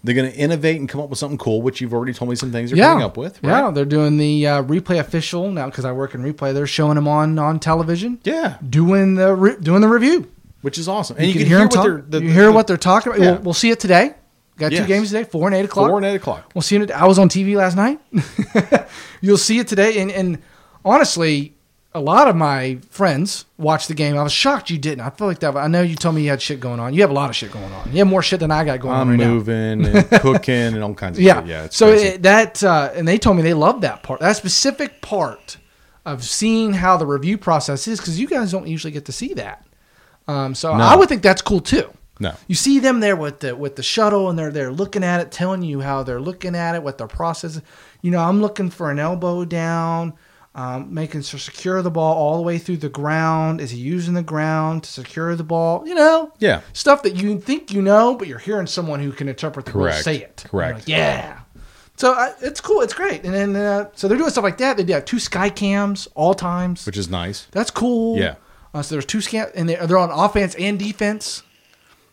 B: They're going to innovate and come up with something cool, which you've already told me some things they're coming up with.
C: Yeah, they're doing the uh, replay official now because I work in replay. They're showing them on on television.
B: Yeah.
C: doing the re- doing the review.
B: Which is awesome.
C: You, can, hear, them
B: what
C: talk.
B: they're the-
C: you hear
B: the-
C: what they're talking about.
B: Yeah.
C: We'll, we'll see it today. Got
B: Yes.
C: two games today, four and eight o'clock.
B: four and eight o'clock.
C: We'll see it. I was on TV last night. You'll see it today. And and honestly, a lot of my friends watched the game. I was shocked you didn't. I feel like that. I know you told me you had shit going on. You have a lot of shit going on. You have more shit than I got going on
B: I'm
C: right now.
B: moving and cooking and all kinds of
C: Yeah.
B: shit. Yeah. it's
C: so
B: crazy.
C: it, that uh, and they told me they love that part. That specific part of seeing how the review process is because you guys don't usually get to see that. Um, so I would think that's cool too.
B: No.
C: You see them there with the with the shuttle and they're they're looking at it, telling you how they're looking at it, what their process. is. You know, I'm looking for an elbow down, um, making sure secure the ball all the way through the ground. Is he using the ground to secure the ball? You know,
B: Yeah.
C: stuff that you think you know, but you're hearing someone who can interpret the rules
B: Correct.
C: say it. You're
B: Correct.
C: like, yeah. So I, it's cool. It's great. And then uh, so they're doing stuff like that. They do have two sky cams all times.
B: which is nice.
C: That's cool.
B: Yeah.
C: Uh, so there's two scan, and they're, they're on offense and defense.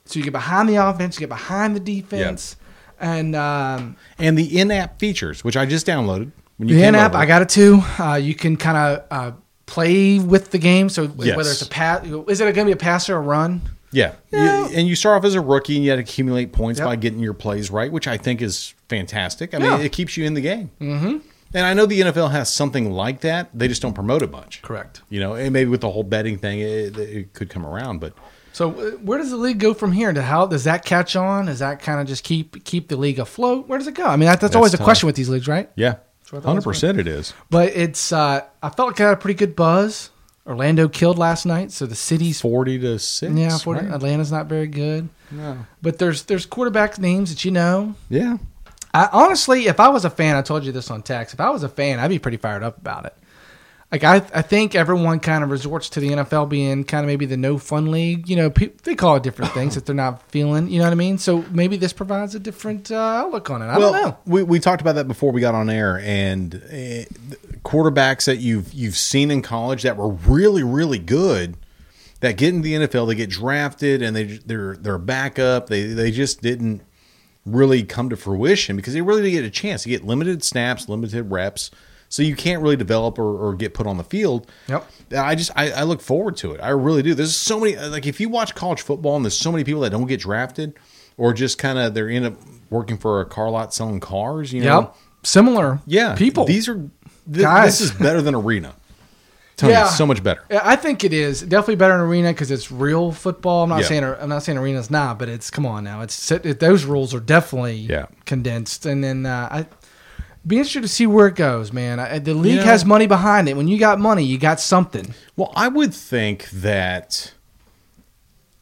C: So you get behind the offense, you get behind the defense, and um,
B: and the in-app features, which I just downloaded. When
C: the
B: came
C: in-app.
B: over.
C: I got it too. Uh, you can kind of uh, play with the game. So w-
B: Yes.
C: whether it's a pass, is it going to be a pass or a run?
B: yeah. You- and you start off as a rookie, and you had to accumulate points
C: Yep.
B: by getting your plays right, which I think is fantastic. I
C: Yeah.
B: mean, it keeps you in the game. Mm-hmm. And I know the NFL has something like that. They just don't promote it much.
C: Correct.
B: You know, and maybe with the whole betting thing, it, it could come around. But
C: So uh, where does the league go from here? To how does that catch on? Does that kind of just keep keep the league afloat? Where does it go? I mean, that, that's, always
B: tough.
C: a question with these leagues, right?
B: yeah,
C: what that was
B: hundred percent, it is.
C: But it's uh, I felt like I had a pretty good buzz. Orlando killed last night, so the city's
B: Forty to six.
C: Yeah, uh, 40,
B: right?
C: Atlanta's not very good. But there's there's quarterback names that you know.
B: Yeah.
C: I honestly, if I was a fan, I told you this on text. If I was a fan, I'd be pretty fired up about it. Like I, I think everyone kind of resorts to the NFL being kind of maybe the no fun league. You know, pe- they call it different things that they're not feeling. You know what I mean? So maybe this provides a different uh, outlook on it. I don't know.
B: Well, we, we talked about that before we got on air, and uh, quarterbacks that you've you've seen in college that were really really good that get into the NFL, they get drafted, and they they're they're backup. They they just didn't really come to fruition because they really didn't get a chance. You get limited snaps, limited reps, so you can't really develop or, or get put on the field.
C: Yep.
B: I just I, I look forward to it. I really do. There's so many like if you watch college football and there's so many people that don't get drafted or just kind of they're end up working for a car lot selling cars. You know.
C: Yep. Similar.
B: Yeah.
C: People.
B: These are th-
C: Guys.
B: this is better than arena. Tony,
C: Yeah.
B: so much better.
C: Yeah, I think it is definitely better in arena because it's real football. I'm not
B: Yeah.
C: saying I'm not saying arena's not, but it's come on now. It's it, those rules are definitely
B: Yeah.
C: condensed, and then uh, I be interested to see where it goes, man. I, the league
B: know-
C: has money behind it. When you got money, you got something.
B: Well, I would think that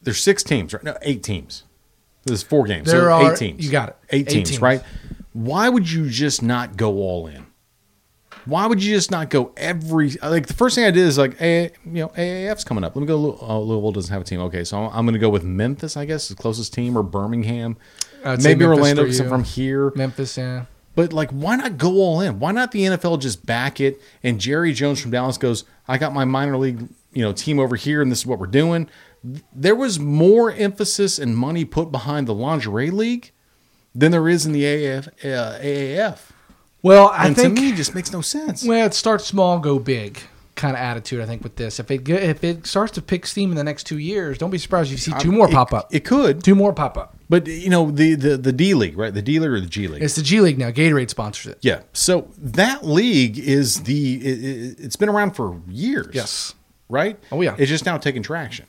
B: there's six teams, right? No, eight teams. There's four games.
C: There
B: so
C: are-
B: eight teams.
C: you got it.
B: Eight,
C: Eight
B: teams,
C: teams.
B: right? Why would you just not go all in? Why would you just not go every like the first thing I did is like a you know AAF's coming up. Let me go. Louis- Oh, Louisville doesn't have a team. Okay, so I'm, I'm going to go with Memphis, I guess, is the closest team, or Birmingham,
C: I'd say
B: maybe
C: Memphis
B: Orlando.
C: for
B: 'cause I'm
C: you.
B: from here.
C: Memphis, yeah.
B: But like, why not go all in? Why not the NFL just back it? And Jerry Jones from Dallas goes, "I got my minor league, you know, team over here, and this is what we're doing." There was more emphasis and money put behind the lingerie league than there is in the AAF. Uh, AAF.
C: Well, I
B: And
C: think
B: to me, it just makes no sense.
C: Well, it starts small, go big kind of attitude. I think with this, if it ge- if it starts to pick steam in the next two years, don't be surprised if you see two more
B: It-
C: pop up.
B: It could.
C: two more pop up.
B: But you know the the the D League, right? The D League or the G League?
C: It's the G League now. Gatorade sponsors it.
B: yeah. So that league is the it, it, it's been around for years.
C: Yes.
B: Right.
C: Oh, yeah.
B: It's just now taking traction.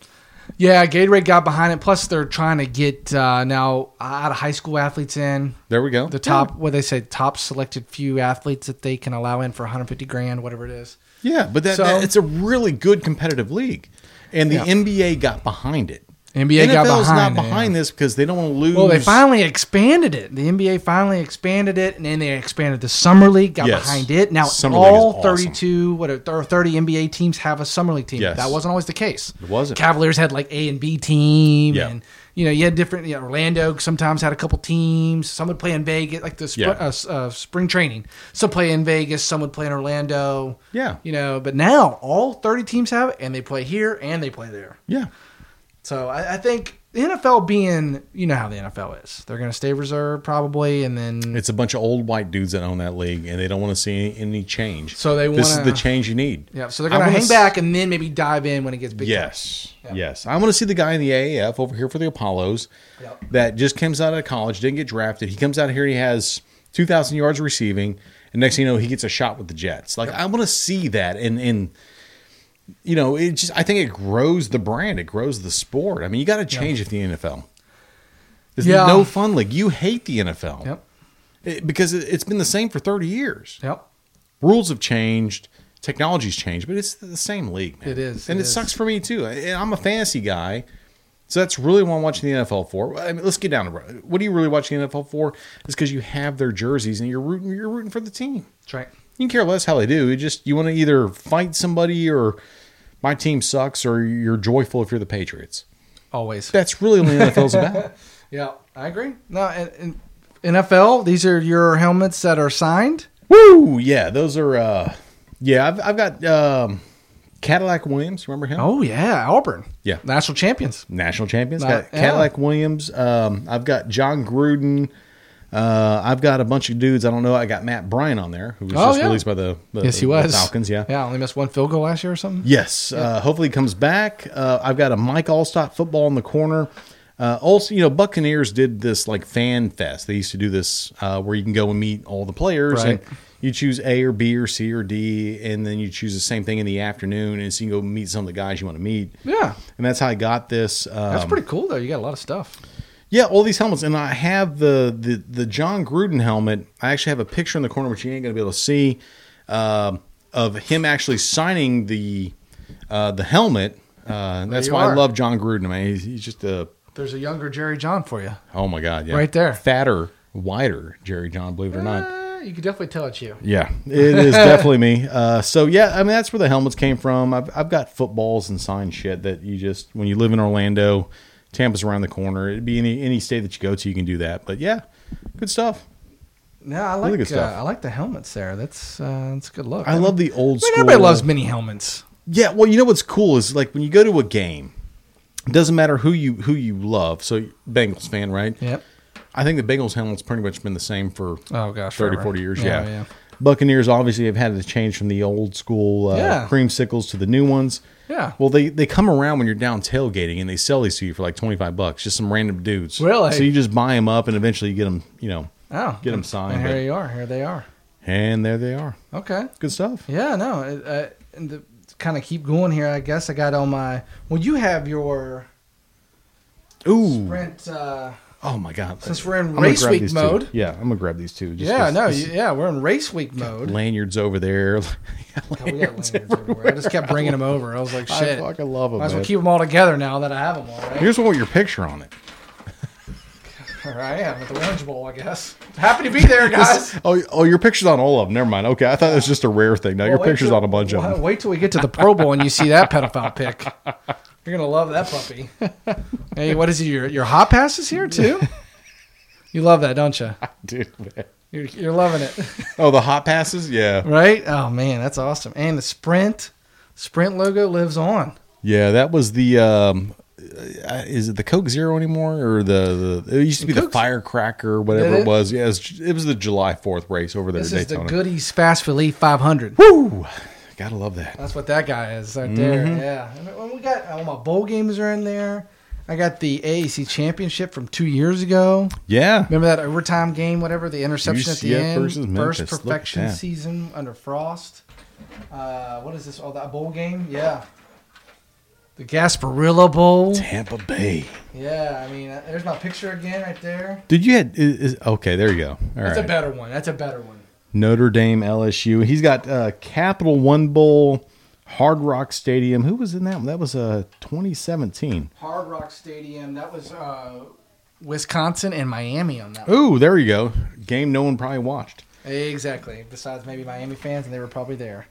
C: Yeah, Gatorade got behind it. Plus, they're trying to get uh, now out of high school athletes in
B: There we go.
C: the top. What they say, top selected few athletes that they can allow in for 150 grand, whatever it is.
B: Yeah, but that,
C: So-
B: that- it's a really good competitive league, and the
C: Yeah.
B: NBA got behind it.
C: NBA got
B: NFL's
C: behind
B: not
C: it,
B: behind this because they don't want to lose.
C: Well, they finally expanded it. The NBA finally expanded it, and then they expanded the summer league. Got
B: Yes.
C: behind it. Now
B: Summer league is
C: all
B: awesome.
C: 32, what are- or 30 NBA teams have a summer league team.
B: Yes.
C: That wasn't always the case.
B: It wasn't.
C: Cavaliers had like A and B team,
B: Yeah.
C: and you know you had different. You know, Orlando sometimes had a couple teams. Some would play in Vegas, like the spr-
B: Yeah.
C: uh, s- uh, spring training. Some play in Vegas. Some would play in Orlando.
B: Yeah.
C: you know. But now all 30 teams have it, and they play here and they play there.
B: yeah,
C: So I, I think the NFL being, you know how the NFL is. They're going to stay reserved probably, and then
B: it's a bunch of old white dudes that own that league, and they don't want to see any, any change.
C: So they
B: this is
C: wanna-
B: the change you need.
C: yeah. So they're
B: I
C: going to
B: wanna
C: hang
B: s-
C: back and then maybe dive in when it gets big. time.
B: Yes, yes. I want to see the guy in the AAF over here for the Apollos
C: Yep.
B: that just comes out of college, didn't get drafted. He comes out here, he has two thousand yards receiving, and next thing you know, he gets a shot with the Jets. Like I want to see that, and and you know, it just I think it grows the brand, it grows the sport. I mean, you got to change if the NFL. It's
C: Yeah.
B: no fun league. You hate the NFL
C: Yep.
B: It- because it, it's been the same for thirty years.
C: Yep.
B: Rules have changed. Technology's changed, but it's the same league. Man.
C: It is,
B: and
C: it
B: it,
C: is.
B: sucks for me too. And I'm a fantasy guy, so that's really what I'm watching the NFL for. I mean, let's get down to it. what do you really watch the NFL for? Is because you have their jerseys and you're rooting. You're rooting for the team.
C: That's right.
B: You can care less how they do. You just you want to either fight somebody or my team sucks, or you're joyful if you're the Patriots.
C: Always.
B: That's really what the NFL's about.
C: Yeah, I agree. No, and, and NFL. These are your helmets that are signed.
B: Woo! Yeah, those are. uh Yeah, I've, I've got um Cadillac Williams. Remember him?
C: Oh yeah, Auburn.
B: Yeah.
C: national champions.
B: national champions.
C: Not-
B: got
C: yeah.
B: Cadillac Williams. Um, I've got John Gruden. Uh, I've got a bunch of dudes. I don't know. I got Matt Bryan on there, who was
C: Oh,
B: just
C: yeah.
B: released by the, the
C: yes, he
B: the
C: was
B: Falcons. Yeah.
C: yeah. Only missed one field goal last year or something.
B: Yes. Uh, hopefully he comes back. Uh, I've got a Mike Allstott football in the corner. Uh, also, you know, Buccaneers did this like fan fest. They used to do this uh, where you can go and meet all the players
C: Right.
B: and you choose A or B or C or D, and then you choose the same thing in the afternoon, and so you can go meet some of the guys you want to meet.
C: Yeah.
B: And that's how I got this. Um,
C: That's pretty cool though. You got a lot of stuff.
B: yeah, all these helmets, and I have the the the John Gruden helmet. I actually have a picture in the corner, which you ain't gonna be able to see, um of him actually signing the uh, the helmet. Uh, that's
C: you
B: why I
C: are.
B: love John Gruden. Man, he's, he's just a
C: There's a younger Jerry John for you.
B: oh my god, yeah,
C: Right there.
B: fatter, wider Jerry John. Believe it or not,
C: Uh, you could definitely tell it's you.
B: yeah, it is definitely me. Uh, so yeah, I mean that's where the helmets came from. I've I've got footballs and signed shit that you just when you live in Orlando, Tampa's around the corner. It'd be any any state that you go to, you can do that. But yeah, good stuff.
C: No, I
B: Really
C: like
B: good stuff.
C: Uh, I like the helmets there. That's uh, that's a good look.
B: I love the
C: I
B: old school. uh,
C: mean, everybody loves mini helmets.
B: Yeah, well, you know what's cool is like when you go to a game, it doesn't matter who you who you love. So Bengals fan, right?
C: Yep.
B: I think the Bengals helmet's pretty much been the same for
C: Oh gosh,
B: 30,
C: forever.
B: 40 years.
C: Yeah,
B: Yeah,
C: yeah.
B: Buccaneers obviously have had to change from the old school uh,
C: Yeah.
B: creamsicles to the new ones.
C: Yeah.
B: Well, they, they come around when you're down tailgating and they sell these to you for like 25 bucks, just some random dudes.
C: Really?
B: So you just buy them up and eventually you get them, you know,
C: Oh,
B: get them
C: And
B: signed.
C: here
B: but-
C: you are. Here they are.
B: and there they are.
C: Okay.
B: Good stuff.
C: Yeah. No. it- Uh, and the, kind of keep going here. I guess I got on my. Well, you have your
B: Ooh.
C: sprint. Uh,
B: Oh my god!
C: Since we're in
B: gonna
C: race
B: grab
C: week
B: these two.
C: mode.
B: yeah, I'm gonna grab these two. just
C: yeah.
B: 'cause
C: No.
B: this-
C: You, yeah. We're in race week mode.
B: lanyards over there.
C: God, we got lanyards everywhere. I just kept bringing them over. I was like,
B: I
C: shit.
B: fucking love them.
C: Might as well keep them all together now that I have them all. Right.
B: Here's one with your picture on it.
C: Here I am at the Orange Bowl. I guess. Happy to be there, guys.
B: Oh, oh, your picture's on all of them. Never mind. Okay, I thought it was just a rare thing. No, your
C: Well, wait
B: picture's
C: till-
B: on a bunch of
C: well,
B: them.
C: Wait till we get to the Pro Bowl and you see that pedophile pick. You're gonna love that puppy. Hey, what is it? Your your hot pass is here too. You love that, don't you?
B: Dude, man.
C: You're, you're loving it,
B: Oh, the hot passes. Yeah,
C: right? Oh man, that's awesome. And the Sprint Sprint logo lives on.
B: yeah. That was the. um uh, is it the Coke Zero anymore, or the, the it used to be the
C: Coke's-
B: Firecracker, or whatever
C: Did
B: it
C: it?
B: was? Yeah, it was, it was the July Fourth race over there.
C: This
B: at
C: is the
B: Daytona.
C: Goodies Fast Relief 500.
B: Woo! Gotta love that. Mm-hmm.
C: That's what that guy is right there. Yeah. And we got all my bowl games are in there. I got the AAC championship from two years ago.
B: Yeah.
C: Remember that overtime game, whatever the interception at the
B: UCF
C: end,
B: versus Memphis.
C: first
B: Look at
C: perfection
B: that.
C: season under Frost. Uh, what is this? Oh, that bowl game, yeah. The Gasparilla Bowl.
B: Tampa Bay.
C: Yeah, I mean, uh, there's my picture again right there.
B: Did you had is, is- okay? There you go. All right.
C: That's a better one. That's a better one.
B: Notre Dame, LSU. He's got uh, Capital One Bowl, Hard Rock Stadium. Who was in that one? That was uh 2017.
C: Hard Rock Stadium. That was uh, Wisconsin and Miami on that. one.
B: Ooh, there you go. Game no one probably watched.
C: Exactly. Besides maybe Miami fans, and they were probably there.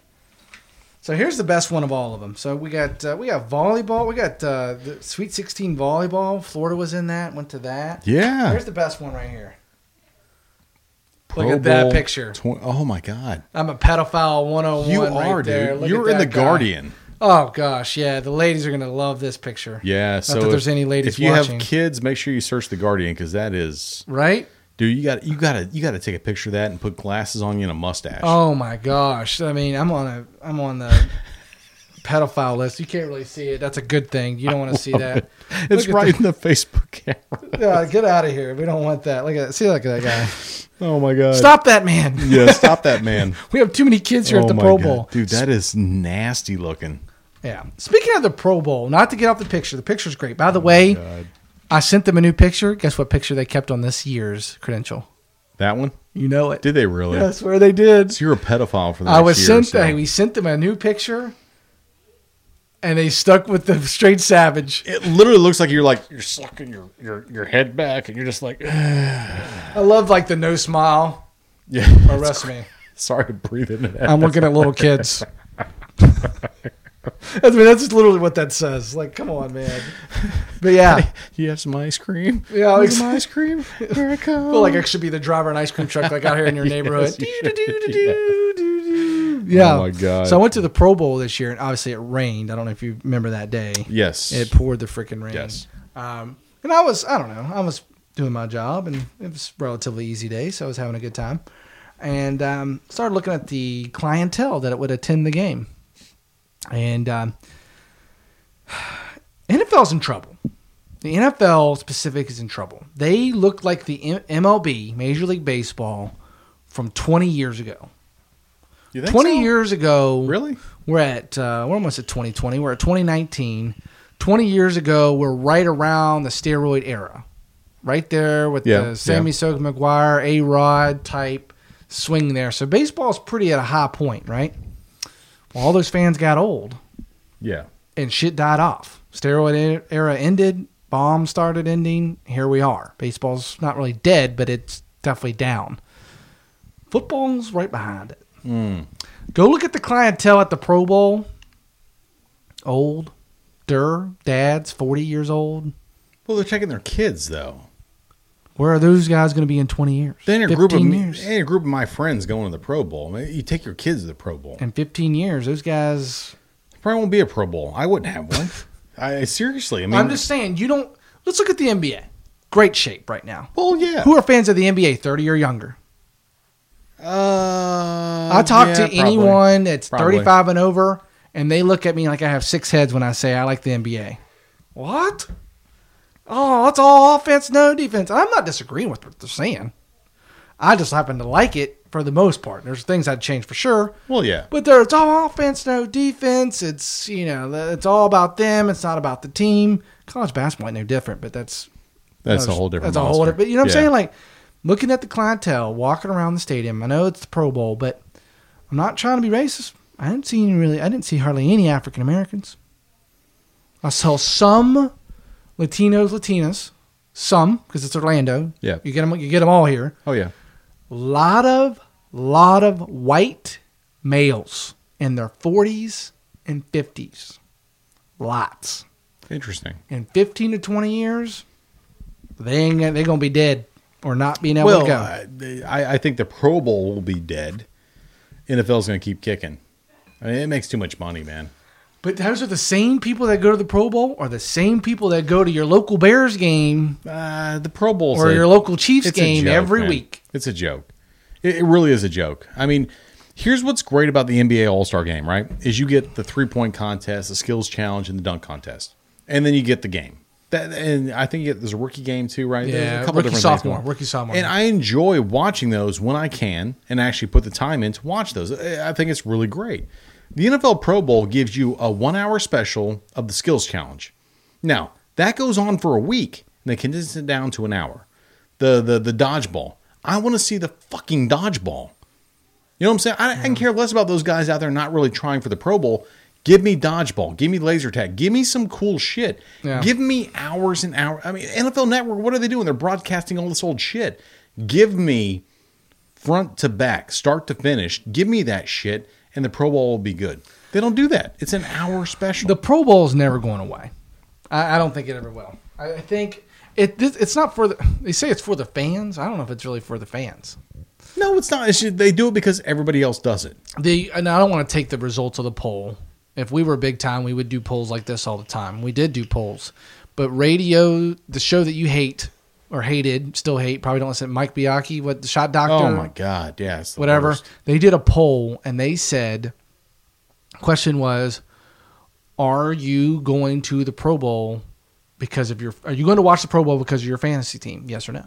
C: So here's the best one of all of them. So we got uh, we got volleyball. We got uh, the Sweet 16 volleyball. Florida was in that. Went to that.
B: Yeah.
C: Here's the best one right here.
B: Pro
C: Look at that
B: Bowl
C: picture.
B: twen- oh my God.
C: I'm a pedophile 101.
B: You
C: right
B: are,
C: there.
B: dude.
C: Look
B: You're
C: at
B: in the
C: that guy.
B: Guardian.
C: Oh gosh, yeah. The ladies are gonna love this picture.
B: Yeah. so
C: that
B: if-
C: there's any ladies
B: if you
C: watching.
B: have kids, make sure you search the Guardian because that is,
C: Right?
B: dude. You got to you got to you got to take a picture of that and put glasses on you and a mustache.
C: Oh my gosh. I mean, I'm on a I'm on the pedophile list. You can't really see it. That's a good thing. You don't want to see that.
B: it's
C: look at
B: right in the Facebook camera.
C: Yeah, get out of here. We don't want that. Look at see, look at that guy.
B: Oh my God.
C: Stop that man.
B: Yeah, stop that man. Oh
C: We have too many kids here at the
B: my
C: Pro
B: God.
C: Bowl.
B: Dude, that is nasty looking.
C: Yeah. Speaking of the Pro Bowl, not to get off the picture, the picture's great. By
B: Oh
C: the way, I sent them a new picture. Guess what picture they kept on this year's credential?
B: That one?
C: You know it.
B: Did they really?
C: I swear they did.
B: So you're a pedophile for the
C: I
B: next
C: was
B: year,
C: sent.
B: so-
C: hey, we sent them a new picture, and they stuck with the straight savage.
B: It literally looks like you're like you're sucking your
F: your your head back, and you're just like,
C: I love like the no smile.
B: yeah.
C: Arrest me.
B: Sorry to breathe into that.
C: I'm looking at little kids. I mean, that's literally what that says. Like, come on, man. But yeah,
B: you have some ice cream.
C: yeah. I
B: You have
C: was-
B: some
C: I
B: ice cream. Here I come.
C: feel like I should be the driver of an ice cream truck, like out here in your neighborhood.
B: you
C: Doo,
B: should.
C: doo, doo, doo, doo, doo. Yeah.
B: Oh my God.
C: So I went to the Pro Bowl this year, and obviously it rained. I don't know if you remember that day.
B: yes.
C: It poured the freaking rain.
B: Yes.
C: Um, and I was, I don't know, I was doing my job, and it was a relatively easy day, so I was having a good time. And um, started looking at the clientele that it would attend the game. And um, NFL's in trouble. The NFL specific is in trouble. They look like the M- MLB, Major League Baseball, from 20 years ago.
B: You think
C: 20
B: so?
C: years ago,
B: Really?
C: we're at uh, we're almost at 2020. We're at 2019. 20 years ago, we're right around the steroid era, right there with
B: Yeah,
C: the Sammy
B: yeah.
C: Sosa, McGuire, A Rod type swing there. So baseball's pretty at a high point, right? Well, all those fans got old
B: Yeah.
C: and shit died off. Steroid e-, era ended, bomb started ending. Here we are. Baseball's not really dead, but it's definitely down. Football's right behind it. Go look at the clientele at the Pro Bowl. Old, der, dads, 40 years old.
B: Well, they're taking their kids though.
C: Where are those guys going to be in 20 years?
B: Then a group of
C: years.
B: and a group of my friends going to the Pro Bowl. Man, You take your kids to the Pro Bowl.
C: In 15 years, those guys.
B: Probably won't be a Pro Bowl. I wouldn't have one. I seriously. I mean,
C: I'm just saying, you don't. Let's look at the NBA. Great shape right now.
B: Well, yeah.
C: Who are fans of the NBA, 30 or younger?
B: Uh,
C: I talk
B: yeah,
C: to
B: probably.
C: anyone that's
B: Probably.
C: 35 and over, and they look at me like I have six heads when I say I like the NBA. What? Oh, that's all offense, no defense. I'm not disagreeing with what they're saying. I just happen to like it for the most part. There's things I'd change for sure,
B: Well, yeah.
C: but there it's all offense, no defense. It's you know, it's all about them. It's not about the team. College basketball ain't no different, but that's
B: That's a
C: no,
B: whole different.
C: Oh, That's a whole
B: monster.
C: different. But you know what
B: Yeah.
C: I'm saying? Like looking at the clientele, walking around the stadium. I know it's the Pro Bowl, but I'm not trying to be racist. I didn't see any really. I didn't see hardly any African Americans. I saw some Latinos, Latinas, some because it's Orlando.
B: Yeah.
C: you get them. You get them all here.
B: oh yeah.
C: Lot of lot of white males in their 40s and 50s. Lots
B: Interesting.
C: in 15 to 20 years, they ain't gonna, they gonna be dead or not being able to
B: well,
C: go.
B: I, I I think the Pro Bowl will be dead. NFL's going to keep kicking. I mean, it makes too much money, man.
C: but those are the same people that go to the Pro Bowl or the same people that go to your local Bears game
B: Uh, the Pro Bowl
C: or your local Chiefs game every week.
B: It's a joke. It, it really is a joke. I mean, here's what's great about the NBA All Star Game, right? Is you get the three point contest, the skills challenge, and the dunk contest, and then you get the game. That, and I think it, there's a rookie game too, right? There's
C: Yeah,
B: a couple
C: rookie
B: different
C: sophomore,
B: things going on.
C: rookie sophomore.
B: And I enjoy watching those when I can, and actually put the time in to watch those. I I think it's really great. The NFL Pro Bowl gives you a one-hour special of the skills challenge. Now that goes on for a week, and they condense it down to an hour. The the the dodgeball. I want to see the fucking dodgeball. You know what I'm saying? I, I can care less about those guys out there not really trying for the Pro Bowl. Give me dodgeball. Give me laser tag. Give me some cool shit.
C: Yeah.
B: Give me hours and hours. I mean, NFL Network, what are they doing? They're broadcasting all this old shit. Give me front to back, start to finish. Give me that shit, and the Pro Bowl will be good. They don't do that. It's an hour special.
C: the Pro Bowl is never going away. I, I don't think it ever will. I, I think it. This, it's not for the. They say it's for the fans. I don't know if it's really for the fans.
B: no, it's not. It's just, they do it because everybody else does it.
C: The and I don't want to take the results of the poll. If we were big time, we would do polls like this all the time. We did do polls, but radio, the show that you hate or hated, still hate, probably don't listen. Mike Biaki, what the shot doctor?
B: Oh my god, yeah, it's the
C: whatever.
B: worst.
C: They did a poll and they said, question was, are you going to the Pro Bowl because of your? Are you going to watch the Pro Bowl because of your fantasy team? Yes or no?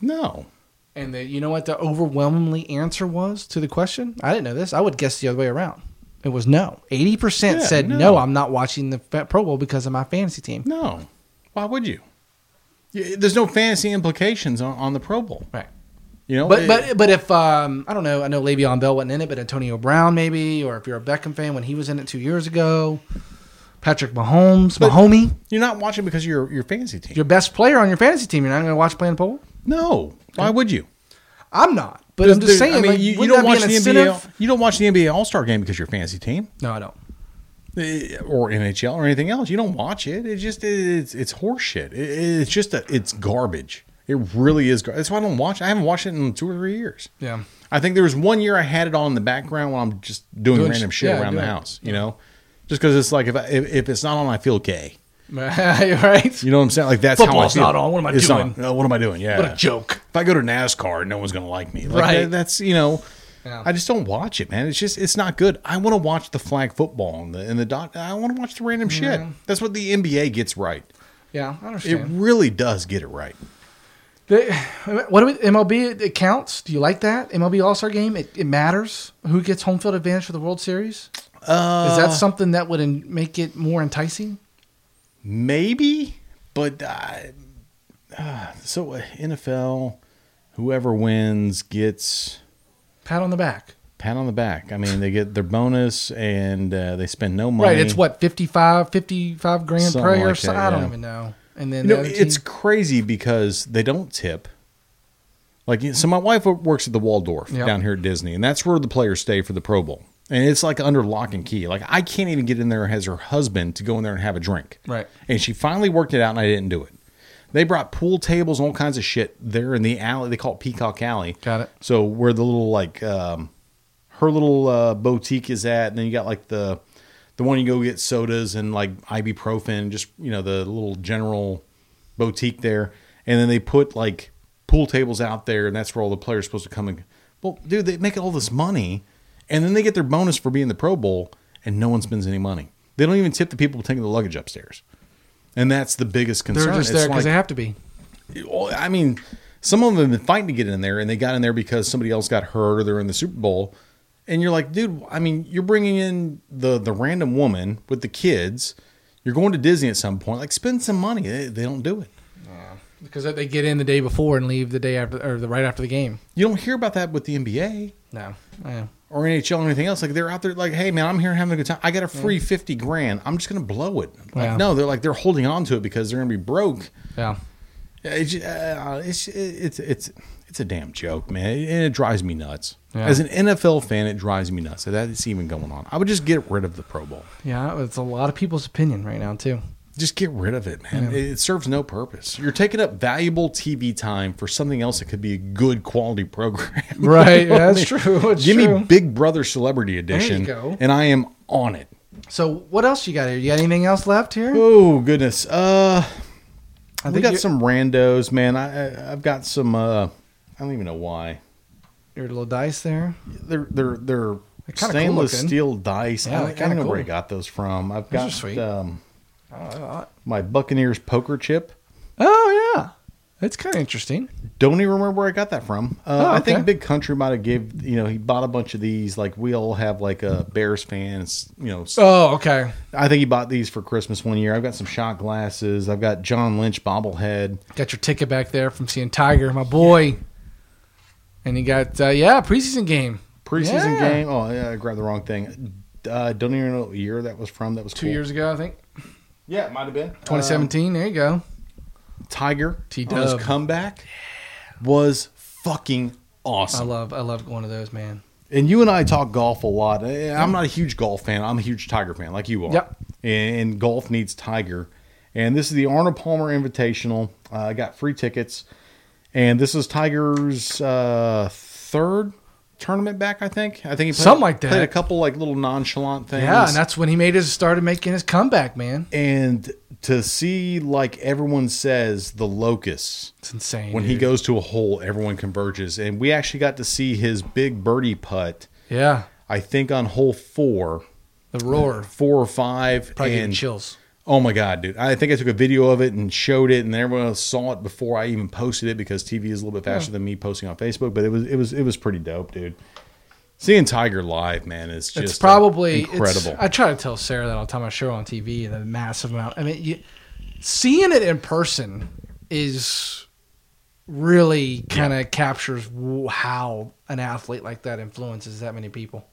B: No,
C: And the, you know what the overwhelmingly answer was to the question? I didn't know this. I would guess the other way around. It was no. Eighty percent
B: Yeah,
C: said
B: no.
C: no. I'm not watching the fa- Pro Bowl because of my fantasy team.
B: No. Why would you? Y- There's no fantasy implications on, on the Pro Bowl.
C: Right.
B: You know, eh,
C: But
B: It-
C: but but if um, I don't know, I know Le'Veon Bell wasn't in it, but Antonio Brown maybe, or if you're a Beckham fan when he was in it two years ago, Patrick Mahomes,
B: But-
C: Mahomie,
B: you're not watching because of your your fantasy team.
C: your best player on your fantasy team, you're not going to watch playing pole.
B: no. Why would you?
C: I'm not, but I'm just
B: There's-
C: saying.
B: I mean,
C: like,
B: you, you
C: wouldn't
B: don't
C: that be
B: watch
C: an
B: the
C: incentive?
B: NBA. You don't watch the NBA All Star game because of your fantasy team
C: No, I don't.
B: eh, or NHL or anything else. You don't watch it. It's just it's it's horseshit. It, it's just a, it's garbage. It really is. Gar- That's why I don't watch. I haven't watched it in two or three years.
C: Yeah.
B: I think there was one year I had it on in the background while I'm just doing,
C: Doing
B: random
C: sh-
B: shit
C: yeah,
B: around the
C: doing-
B: house. You know, just because it's like if, I, if if it's not on, I feel gay.
C: You're right.
B: You know what I'm saying? Like that's
C: Football's
B: how I feel.
C: not on. What am I
B: It's
C: doing?
B: not- uh, what am I doing? Yeah,
C: What a joke.
B: If I go to NASCAR, no one's gonna like me. Like,
C: Right.
B: that- that's you know.
C: Yeah.
B: I just don't watch it, man. It's just it's not good. I want to watch the flag football and the and the dot. I want to watch the random shit.
C: Mm-hmm.
B: That's what the NBA gets right.
C: Yeah, I
B: It
C: understand.
B: really does get it right.
C: They- what do we, MLB? It, it counts. Do you like that MLB All Star Game? It, it matters who gets home field advantage for the World Series. Uh, Is that something that would en- make it more enticing?
B: Maybe, but uh, uh, so uh, NFL, whoever wins gets
C: Pat on the back.
B: pat on the back. I mean, they get their bonus and uh, they spend no money.
C: Right. It's what 55, 55 grand
B: Something
C: per year.
B: like
C: so-
B: that,
C: I don't
B: yeah.
C: even know. And then
B: You
C: the
B: know,
C: other
B: it's
C: team-
B: crazy because they don't tip. Like, so my wife works at the Waldorf
C: Yeah.
B: down here at Disney, and that's where the players stay for the Pro Bowl. And it's like under lock and key. Like, I can't even get in there as her husband to go in there and have a drink.
C: Right.
B: And she finally worked it out, and I didn't do it. They brought pool tables and all kinds of shit there in the alley. They call it Peacock Alley.
C: Got it.
B: So where the little like um, her little uh, boutique is at, and then you got like the the one you go get sodas and like ibuprofen, just you know the little general boutique there, and then they put like pool tables out there, and that's where all the players are supposed to come and. Well, dude, they make all this money, and then they get their bonus for being in the Pro Bowl, and no one spends any money. They don't even tip the people taking the luggage upstairs, and that's the biggest concern.
C: they're just
B: It's
C: there because they
B: like-
C: have to be.
B: well, I mean, some of them have been fighting to get in there, and they got in there because somebody else got hurt or they're in the Super Bowl. And you're like, dude, I mean, you're bringing in the the random woman with the kids. You're going to Disney at some point. Like, spend some money. They, they don't do it.
C: Because they get in the day before and leave the day after or the right after the game.
B: You don't hear about that with the NBA
C: No. Yeah.
B: or NHL or anything else. Like, they're out there like, hey, man, I'm here having a good time. I got a free 50 grand. I'm just going to blow it. Like,
C: Yeah.
B: no, they're like, they're holding on to it because they're going to be broke.
C: Yeah.
B: It's, uh, it's it's it's it's a damn joke, man, and it drives me nuts.
C: Yeah.
B: As an NFL fan, it drives me nuts that that's even going on. I would just get rid of the Pro Bowl.
C: Yeah. It's a lot of people's opinion right now too.
B: Just get rid of it, man. It, it serves no purpose. You're taking up valuable TV time for something else that could be a good quality program.
C: Right.
B: You know what
C: yeah,
B: I
C: that's
B: mean?
C: true. It's
B: Give
C: true.
B: me Big Brother Celebrity Edition,
C: go.
B: and I am on it.
C: So what else you got here? You got anything else left here?
B: Oh goodness. Uh,
C: I
B: we got
C: you're,
B: some randos, man. I, I I've got some. Uh, I don't even know why.
C: your little dice there.
B: they're they're they're
C: They're kinda cool
B: stainless
C: looking.
B: steel dice.
C: Yeah,
B: I,
C: they're
B: I
C: kinda
B: don't know where I
C: cool.
B: got those from. I've
C: Those
B: got
C: are sweet.
B: um my Buccaneers poker chip.
C: Oh yeah, that's kind of interesting.
B: Don't even remember where I got that from. Uh,
C: Oh,
B: I think
C: okay.
B: Big Country might have gave you know he bought a bunch of these. Like we all have like a Bears fans, you know. s-
C: Oh okay.
B: I think he bought these for Christmas one year. I've got some shot glasses. I've got John Lynch bobblehead.
C: Got your ticket back there from seeing Tiger, my boy. And you got uh, yeah preseason game
B: preseason
C: Yeah.
B: game. Oh, yeah, I grabbed the wrong thing. Uh, don't even know what year that was from. That was
C: two
B: cool.
C: years ago I think
B: Yeah, it might have been
C: 2017. there you go.
B: Um, Tiger on his
C: T-Dub.
B: comeback was fucking
C: I
B: awesome.
C: love I love one of those man.
B: and you and I talk golf a lot. Eh, I'm not a huge golf fan. I'm a huge Tiger fan, like you are.
C: Yep.
B: And, and golf needs Tiger. And this is the Arnold Palmer Invitational. Uh, I got free tickets. And this is Tiger's uh, third tournament back, I think. I think he played,
C: Something like that.
B: played a couple like little nonchalant things.
C: Yeah, and that's when he made his started making his comeback man.
B: and to see like everyone says the locus
C: It's insane
B: when he
C: dude.
B: goes to a hole everyone converges and we actually got to see his big birdie putt
C: yeah
B: i think on hole four
C: the roar
B: four or five
C: probably getting
B: and
C: chills.
B: oh my god dude i think i took a video of it and showed it and everyone else saw it before i even posted it because tv is a little bit faster than me posting on facebook but it was it was it was pretty dope dude seeing tiger live man is just uh,
C: it's probably it's-
B: incredible
C: I try to tell Sarah that all the time. I show her on TV the massive amount. I mean, you, seeing it in person is really kind of captures w- how an athlete like that influences that many people.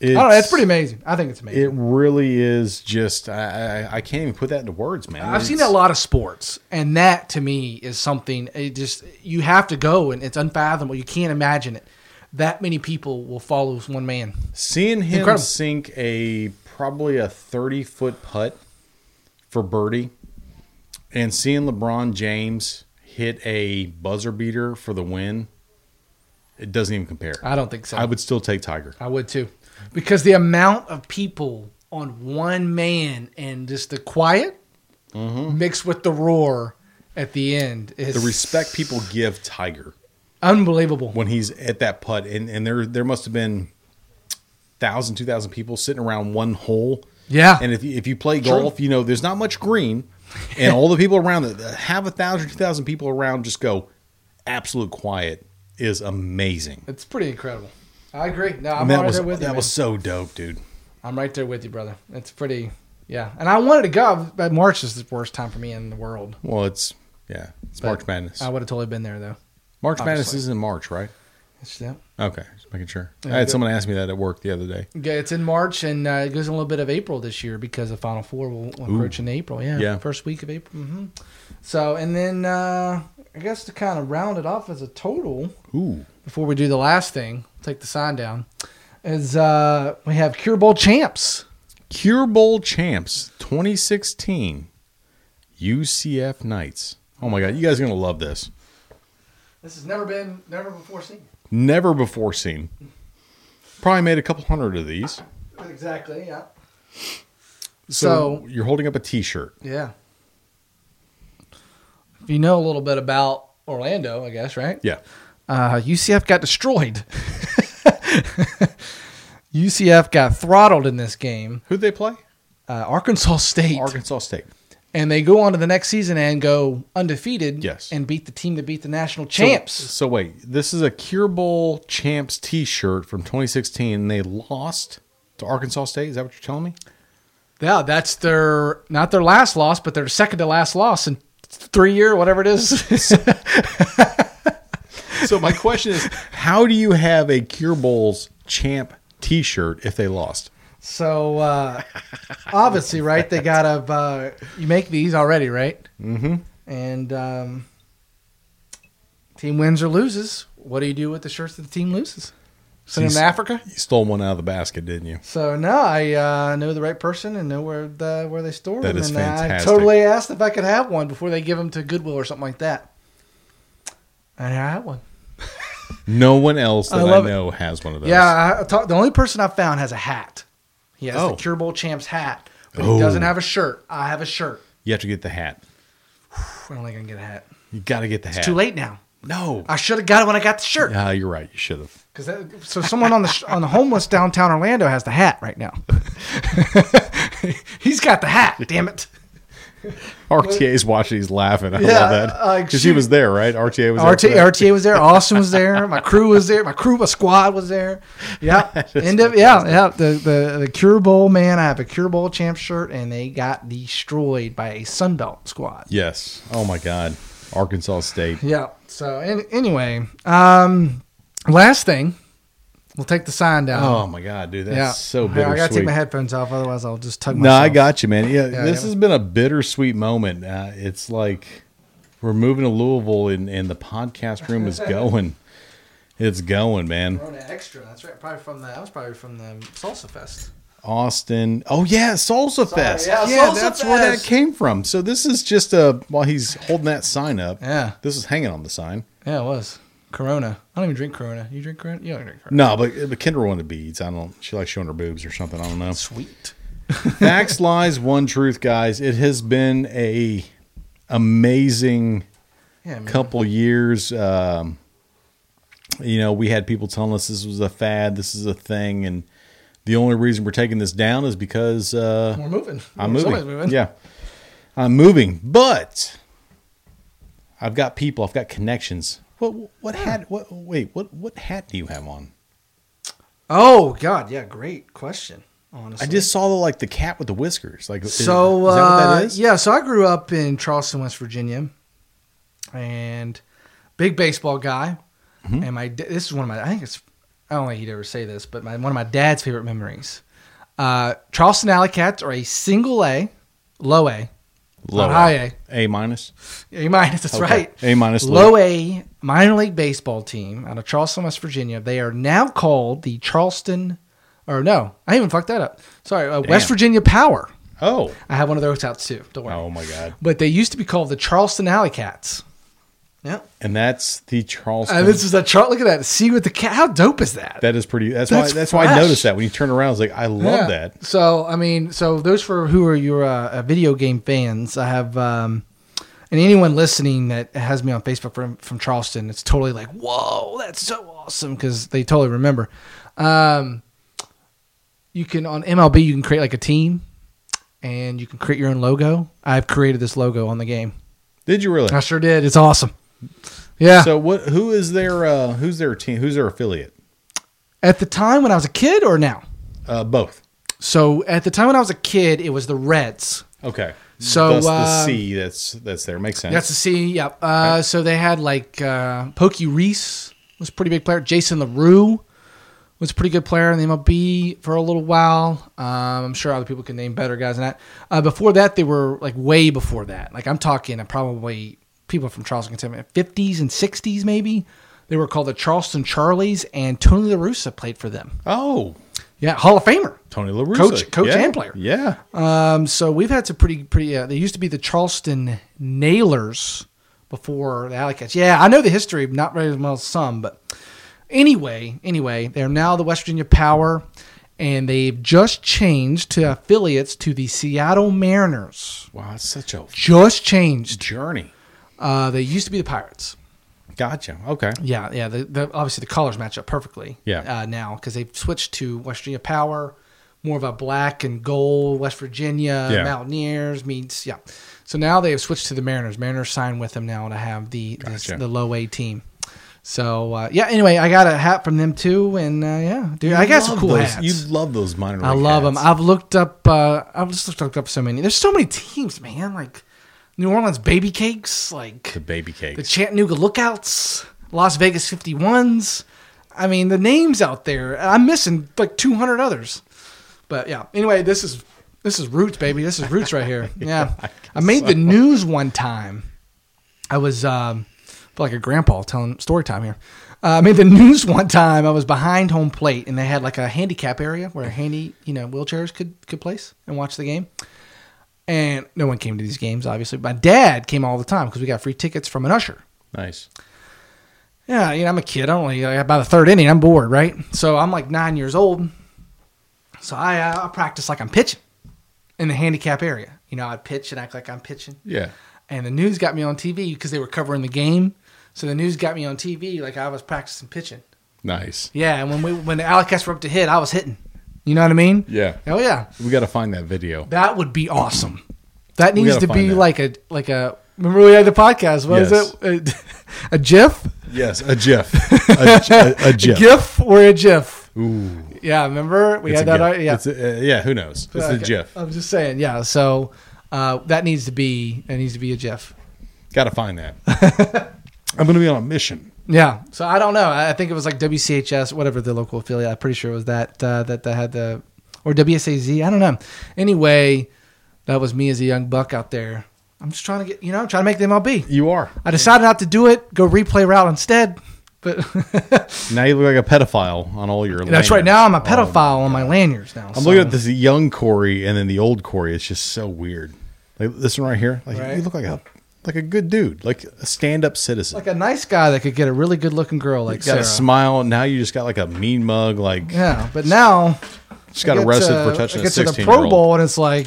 B: it's,
C: I don't know. It's pretty amazing. I think it's amazing.
B: It really is just I, I I can't even put that into words, man.
C: I've seen
B: It's-
C: a lot of sports, and that to me is something. It just you have to go, and it's unfathomable. You can't imagine it. That many people will follow one man.
B: Seeing him
C: Incredible.
B: sink a probably a thirty foot putt for birdie, and seeing LeBron James hit a buzzer beater for the win, it doesn't even compare. I,
C: I don't think so.
B: would still take Tiger.
C: I would too. Because the amount of people on one man and just the quiet mixed with the roar at the end is
B: Mm-hmm. The respect people give Tiger
C: unbelievable.
B: when he's at that putt, and and there there must have been thousand two thousand people sitting around one hole.
C: Yeah.
B: And if you, if you play golf, you know there's not much green, and all the people around that that have a thousand, two thousand people around just go absolute quiet is amazing.
C: it's pretty incredible. I agree. No, I'm
B: And that
C: right
B: was
C: there with you.
B: that
C: man.
B: was so dope, dude.
C: I'm right there with you, brother. It's pretty yeah. And I wanted to go, but March is the worst time for me in the world.
B: Well, it's yeah, it's March Madness.
C: I would have totally been there though.
B: March Madness
C: obviously.
B: is in March, right?
C: It's that.
B: Okay, just making sure. I had
C: good.
B: someone ask me that at work the other day.
C: Okay, it's in March and uh, it goes in a little bit of April this year because the Final Four will will approach in April. Yeah,
B: Yeah.
C: first week of April. hmm So, and then uh, I guess to kind of round it off as a total
B: Ooh,
C: before we do the last thing, take the sign down, is uh, we have Cure Bowl champs.
B: Cure Bowl champs 2016, UCF Knights. Oh my God, you guys are gonna love this.
C: This has never been, never before seen.
B: Never before seen. Probably made a couple hundred of these.
C: Exactly. Yeah.
B: So,
C: So-
B: you're holding up a T-shirt.
C: Yeah. If you know a little bit about Orlando, I guess, right?
B: Yeah,
C: uh, UCF got destroyed. UCF got throttled in this game,
B: who'd they play?
C: uh, Arkansas State,
B: Arkansas State.
C: and they go on to the next season and go undefeated.
B: Yes.
C: and beat the team that beat the national champs.
B: So, so wait, this is a Cure Bowl champs T-shirt from 2016. and They lost to Arkansas State. Is that what you're telling me?
C: yeah, that's their not their last loss, but their second to last loss in three year whatever it is.
B: So my question is, how do you have a Cure Bowl's champ T-shirt if they lost?
C: so uh, obviously, right? They got to uh, you make these already, right? Mm-hmm. And um, team wins or loses. What do you do with the shirts that the team loses? Send them
B: Jeez.
C: to Africa.
B: You stole one out of the basket, didn't you?
C: So no, I uh, know the right person and know where the where they store
B: That
C: them.
B: is
C: and
B: fantastic.
C: I totally asked if I could have one before they give them to Goodwill or something like that. And I had one.
B: No one else that
C: I
B: I,
C: love it.
B: know has one of those.
C: Yeah, I, I talk, the only person I found has a hat. He has
B: Oh.
C: the Cure Bowl champs hat, but
B: Oh.
C: he doesn't have a shirt. I have a shirt.
B: you have to get the hat.
C: We're only gonna get a hat.
B: You got to get the hat.
C: It's too late now.
B: No.
C: I should have got it when I got the shirt.
B: Ah, you're right. You should have.
C: 'Cause that- so someone on the sh- on the homeless downtown Orlando has the hat right now. He's got the hat. Damn it.
B: RTA's watching. He's laughing. I
C: Yeah,
B: love that
C: like,
B: because he was there, right? RTA was
C: RT,
B: there. for that.
C: RTA was there. Austin was there. My crew was there. My crew, my squad was there. Yeah. End up, yeah, yeah. The, the the Cure Bowl man. I have a Cure Bowl champ shirt, and they got destroyed by a Sunbelt squad.
B: Yes. Oh my God. Arkansas State.
C: Yeah. So an anyway, um, last thing, we'll take the sign down.
B: Oh my God, dude, that's
C: yeah.
B: so
C: Here,
B: bittersweet.
C: I gotta take my headphones off, otherwise I'll just tug.
B: No, I
C: myself.
B: got you, man. Yeah,
C: Yeah,
B: this
C: yeah.
B: has been a bittersweet moment. Uh, it's like we're moving to Louisville, and, and the podcast room is going. it's going, man.
C: Rona Extra. That's right. Probably from the. That was probably from the Salsa Fest.
B: Austin. Oh yeah, Salsa Fest.
C: yeah, Salsa
B: that's where that
C: Fest.
B: came from. So this is just a while he's holding that sign up.
C: Yeah.
B: this is hanging on the sign.
C: Yeah, it was. Corona. I don't even drink Corona. You drink Corona? You don't drink Corona.
B: No, but but Kendra wanted beads. I don't. She likes showing her boobs or something. I don't know.
C: Sweet.
B: Facts, lies, one truth, guys. It has been a amazing
C: Yeah. Man.
B: couple years. Um, you know, we had people telling us this was a fad, this is a thing, and the only reason we're taking this down is because uh,
C: We're moving.
B: I'm
C: Somebody's
B: moving. Yeah. I'm moving, but I've got people, I've got connections. What what hat what wait, what what hat do you have on?
C: Oh God. Yeah. Great question. Honestly.
B: I just saw the like the cat with the whiskers. Like is-
C: So
B: is that
C: uh,
B: what that is?
C: yeah, so I grew up in Charleston, West Virginia, and big baseball guy.
B: Mm-hmm.
C: And my da- this is one of my I think it's I don't think he'd ever say this, but my, one of my dad's favorite memories. Uh, Charleston Alley Cats are a single A, low A,
B: Low
C: not high A.
B: A minus.
C: A minus. That's
B: Okay.
C: right.
B: A minus
C: Low A minor league baseball team out of Charleston, West Virginia. They are now called the Charleston, or no, I even fucked that up. Sorry, uh, West
B: Damn.
C: Virginia Power.
B: Oh.
C: I have one of those out too. Don't worry.
B: Oh my god.
C: But they used to be called the Charleston Alley Cats. Yeah.
B: And that's the Charleston
C: And this is a chart. Look at that. See with the cat. How dope is that?
B: That is pretty. That's,
C: That's
B: why. That's why I
C: fresh.
B: noticed that when you turn around, I was like, I love
C: Yeah.
B: that.
C: So I mean, so those for who are your uh, uh, video game fans, I have, um, and anyone listening that has me on Facebook from from Charleston, it's totally like, whoa, that's so awesome because they totally remember. Um, you can on MLB, you can create like a team, and you can create your own logo. I've created this logo on the game.
B: Did you really?
C: I sure did. It's awesome. Uh, Yeah.
B: So what? Who is their? Uh, who's their team? Who's their affiliate?
C: At the time when I was a kid or now?
B: Uh, both.
C: So at the time when I was a kid, it was the Reds.
B: Okay.
C: So,
B: Thus the
C: uh,
B: C that's that's there makes sense.
C: That's the C. Yep. Uh, So they had like uh, Pokey Reese was a pretty big player. Jason LaRue was a pretty good player in the MLB for a little while. Um, I'm sure other people can name better guys than that. Uh, before that, they were like way before that. Like I'm talking uh, probably people from Charleston, Kentucky, 50s and 60s maybe. They were called the Charleston Charlies, and Tony La Russa played for them.
B: oh,
C: Yeah, Hall of Famer.
B: Tony LaRusso.
C: Coach- coach
B: yeah.
C: and player.
B: Yeah.
C: Um, so we've had some pretty, pretty. Uh, they used to be the Charleston Nailers before the Alley Cats. Yeah, I know the history, not very well as some, but anyway, anyway, they're now the West Virginia Power, and they've just changed to affiliates to the Seattle Mariners.
B: wow, that's such a
C: Just changed.
B: journey.
C: Uh, they used to be the Pirates.
B: Gotcha. Okay.
C: Yeah, yeah. The, the, obviously, the colors match up perfectly.
B: Yeah.
C: Uh, now because they've switched to West Virginia Power, more of a black and gold West Virginia
B: Yeah.
C: Mountaineers meets yeah. So now they have switched to the Mariners. Mariners signed with them now to have the this-
B: Gotcha.
C: the low A team. So uh, yeah. Anyway, I got a hat from them too, and uh, yeah, dude, I got some
B: Love
C: cool
B: those-
C: hats.
B: You love those minor.
C: I
B: league
C: love
B: hats.
C: them. I've looked up. Uh, I've just looked up so many. There's so many teams, man. Like New Orleans Baby Cakes, like
B: the baby cake.
C: the Chattanooga Lookouts, Las Vegas 51s. I mean, the names out there. I'm missing like 200 others. But yeah. Anyway, this is this is roots, baby. This is roots right here. Yeah. I made the news one time. I was um, feel like a grandpa telling story time here. Uh, I made the news one time. I was behind home plate, and they had like a handicap area where handy, you know, wheelchairs could could place and watch the game and no one came to these games obviously my dad came all the time because we got free tickets from an usher
B: nice.
C: yeah you know i'm a kid i only like, by the third inning i'm bored right so i'm like nine years old so i uh, i practice like i'm pitching in the handicap area you know i pitch and act like i'm pitching
B: Yeah.
C: and the news got me on tv because they were covering the game so the news got me on tv like i was practicing pitching
B: Nice.
C: yeah and when we when the allocats were up to hit i was hitting you know what i mean
B: Yeah.
C: oh yeah
B: We got to find that video.
C: that would be awesome That
B: We
C: needs
B: gotta
C: to
B: find
C: be
B: that.
C: like a like a. Remember we had the podcast. What is
B: Yes.
C: it? A, a GIF,
B: Yes, a GIF. a, a, a
C: a
B: GIF.
C: GIF, or a GIF.
B: Ooh,
C: Yeah, remember we
B: it's
C: had
B: a
C: that.
B: GIF.
C: uh, Yeah,
B: It's a- uh, yeah. Who knows? It's a
C: Okay.
B: GIF.
C: I'm just saying. Yeah, so uh, that needs to be. That needs to be a GIF.
B: Got to find that. I'm going to be on a mission.
C: Yeah. So I don't know. I I think it was like WCHS, whatever the local affiliate. I'm pretty sure it was that uh, that that had the or WSAZ. I don't know. Anyway, that was me as a young buck out there. I'm just trying to get you know, trying to make the MLB.
B: You are.
C: I decided not to do it. Go replay route instead. But
B: Now you look like a pedophile on all your.
C: that's right.
B: lanyards.
C: Now I'm a
B: Oh,
C: pedophile on my lanyards now.
B: I'm looking at this young Corey and then the old Corey. It's just so weird. Like this one right here. Like
C: Right.
B: you look like a like a good dude, like a stand up citizen.
C: like a nice guy that could get a really good looking girl like
B: you got
C: Sarah.
B: a smile. Now you just got like a mean mug. Like
C: yeah, uh, but now
B: just got
C: I get
B: arrested
C: to-
B: for touching
C: I
B: a
C: get to the
B: sixteen year
C: Pro
B: old.
C: Bowl and it's like,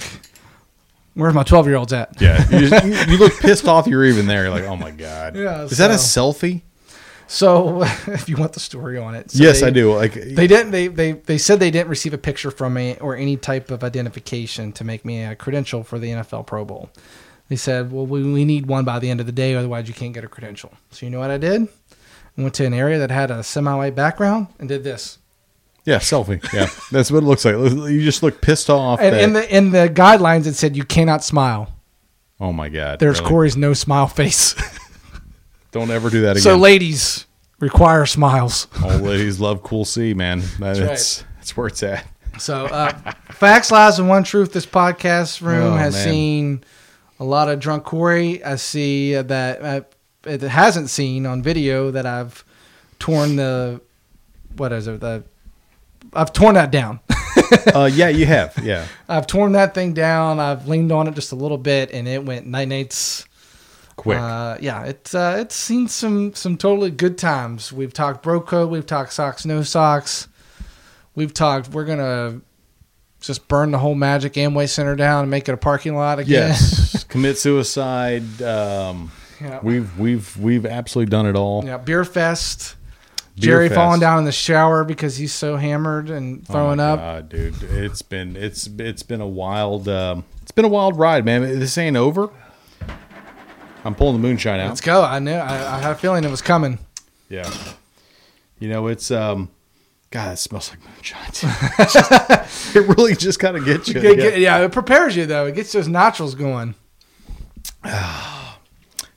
C: where's my twelve year olds at?
B: Yeah, you, just, you, you look pissed off. You're even there. You're like, oh my god.
C: Yeah,
B: Is that a
C: so-
B: selfie?
C: So, if you want the story on it, so
B: yes,
C: they-
B: I do. Like
C: They didn't. They, they they said they didn't receive a picture from me or any type of identification to make me a credential for the NFL Pro Bowl. They said, "Well, we, we need one by the end of the day, otherwise you can't get a credential." So you know what I did? I went to an area that had a semi-white background and did this.
B: yeah, selfie. Yeah, that's what it looks like. You just look pissed off.
C: And
B: that-
C: in the in the guidelines, it said you cannot smile.
B: oh my god.
C: There's
B: really?
C: Corey's no smile face.
B: Don't ever do that again.
C: so ladies require smiles.
B: All ladies love cool C, man. That- that's
C: right.
B: that's, where it's at.
C: So, uh, facts, lies, and one truth. This podcast room
B: Oh,
C: has
B: man.
C: seen a lot of drunk Corey. I see uh, that uh, it hasn't seen on video that I've torn the what is it? The I've torn that down.
B: Uh, yeah, you have. Yeah,
C: I've torn that thing down. I've leaned on it just a little bit, and it went night nights.
B: quick.
C: Uh, yeah, it's uh, it's seen some some totally good times. We've talked bro code, we've talked socks, no socks. We've talked. We're gonna just burn the whole Magic Amway Center down and make it a parking lot again.
B: yes, commit suicide. Um,
C: yeah.
B: we've we've we've absolutely done it all.
C: yeah, beer fest.
B: Beer
C: Jerry
B: fest.
C: falling down in the shower because he's so hammered and
B: Oh my
C: throwing up.
B: God, dude. It's been it's it's been a wild um, it's been a wild ride, man. This ain't over. I'm pulling the moonshine out.
C: Let's go. I knew. I, I had a feeling it was coming.
B: Yeah. You know, it's um God, it smells like moonshine. dude. it really just kind of gets you.
C: It-
B: Yeah.
C: it- yeah, it prepares you though. It gets those nostrils going.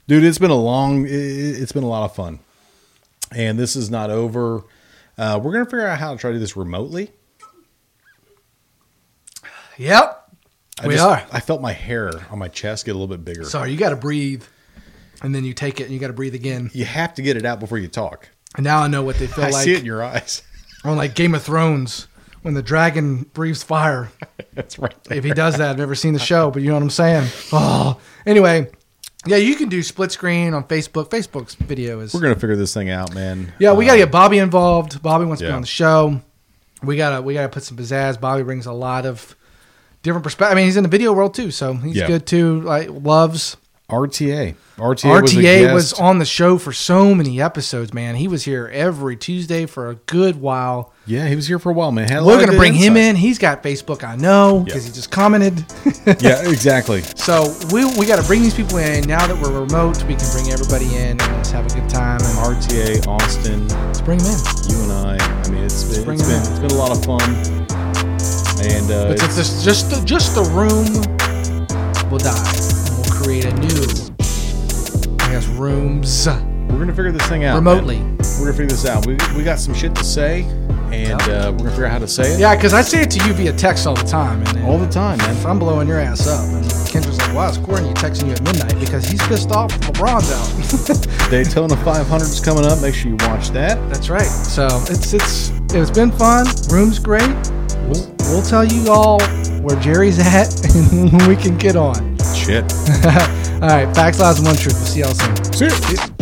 B: dude it's been a long i- i- it's been a lot of fun and this is not over uh, we're gonna figure out how to try to do this remotely
C: Yep.
B: I
C: we
B: just-
C: are.
B: i felt my hair on my chest get a little bit bigger
C: Sorry, you got to breathe, and then you take it and you got to breathe again.
B: you have to get it out before you talk
C: And now I know what they feel
B: i
C: like
B: see it in your eyes
C: on like Game of Thrones when the dragon breathes fire.
B: that's right there.
C: If he does that, I've never seen the show, but you know what I'm saying. Oh, anyway, yeah, you can do split screen on Facebook. Facebook's video is
B: we're gonna figure this thing out man Uh,
C: yeah. We gotta get Bobby involved. Bobby wants to be
B: yeah.
C: on the show. We gotta we gotta put some pizzazz. Bobby brings a lot of different perspective. I mean, he's in the video world too, so he's
B: Yeah.
C: good too. Like loves
B: rta rta, was, a
C: RTA
B: guest.
C: was, on the show for so many episodes. Man, he was here every Tuesday for a good while.
B: yeah he was here for a while man Had a lot
C: We're
B: of
C: going to
B: good
C: bring him
B: insight.
C: in. He's got Facebook, I know, because
B: Yeah.
C: he just commented.
B: yeah exactly
C: so we, we got to bring these people in. Now that we're remote, we can bring everybody in and let's have a good time. And
B: rta austin
C: let's bring them in.
B: you and i i mean it's been
C: bring
B: it's
C: him
B: been,
C: in.
B: it's been a lot of fun and uh
C: But
B: it's-
C: it's just, just, the, just the room will die. And we'll create a new, I guess, rooms.
B: We're gonna figure this thing out man.
C: Remotely.
B: We're gonna figure this out. We, we got some shit to say, and uh, we're gonna figure out how to say it.
C: Yeah, because I say it to you via text all the time. And then
B: all the time, man.
C: I'm blowing your ass up. And Kendra's like, why is Courtney texting you at midnight? Because he's pissed off LeBron's out.
B: Daytona 500 is coming up. Make sure you watch that.
C: That's right. So it's it's it's been fun. Room's great. We'll, we'll tell you all where Jerry's at and when we can get on.
B: Shit.
C: all right, facts, lies, and one truth. We'll see y'all soon.
B: See ya.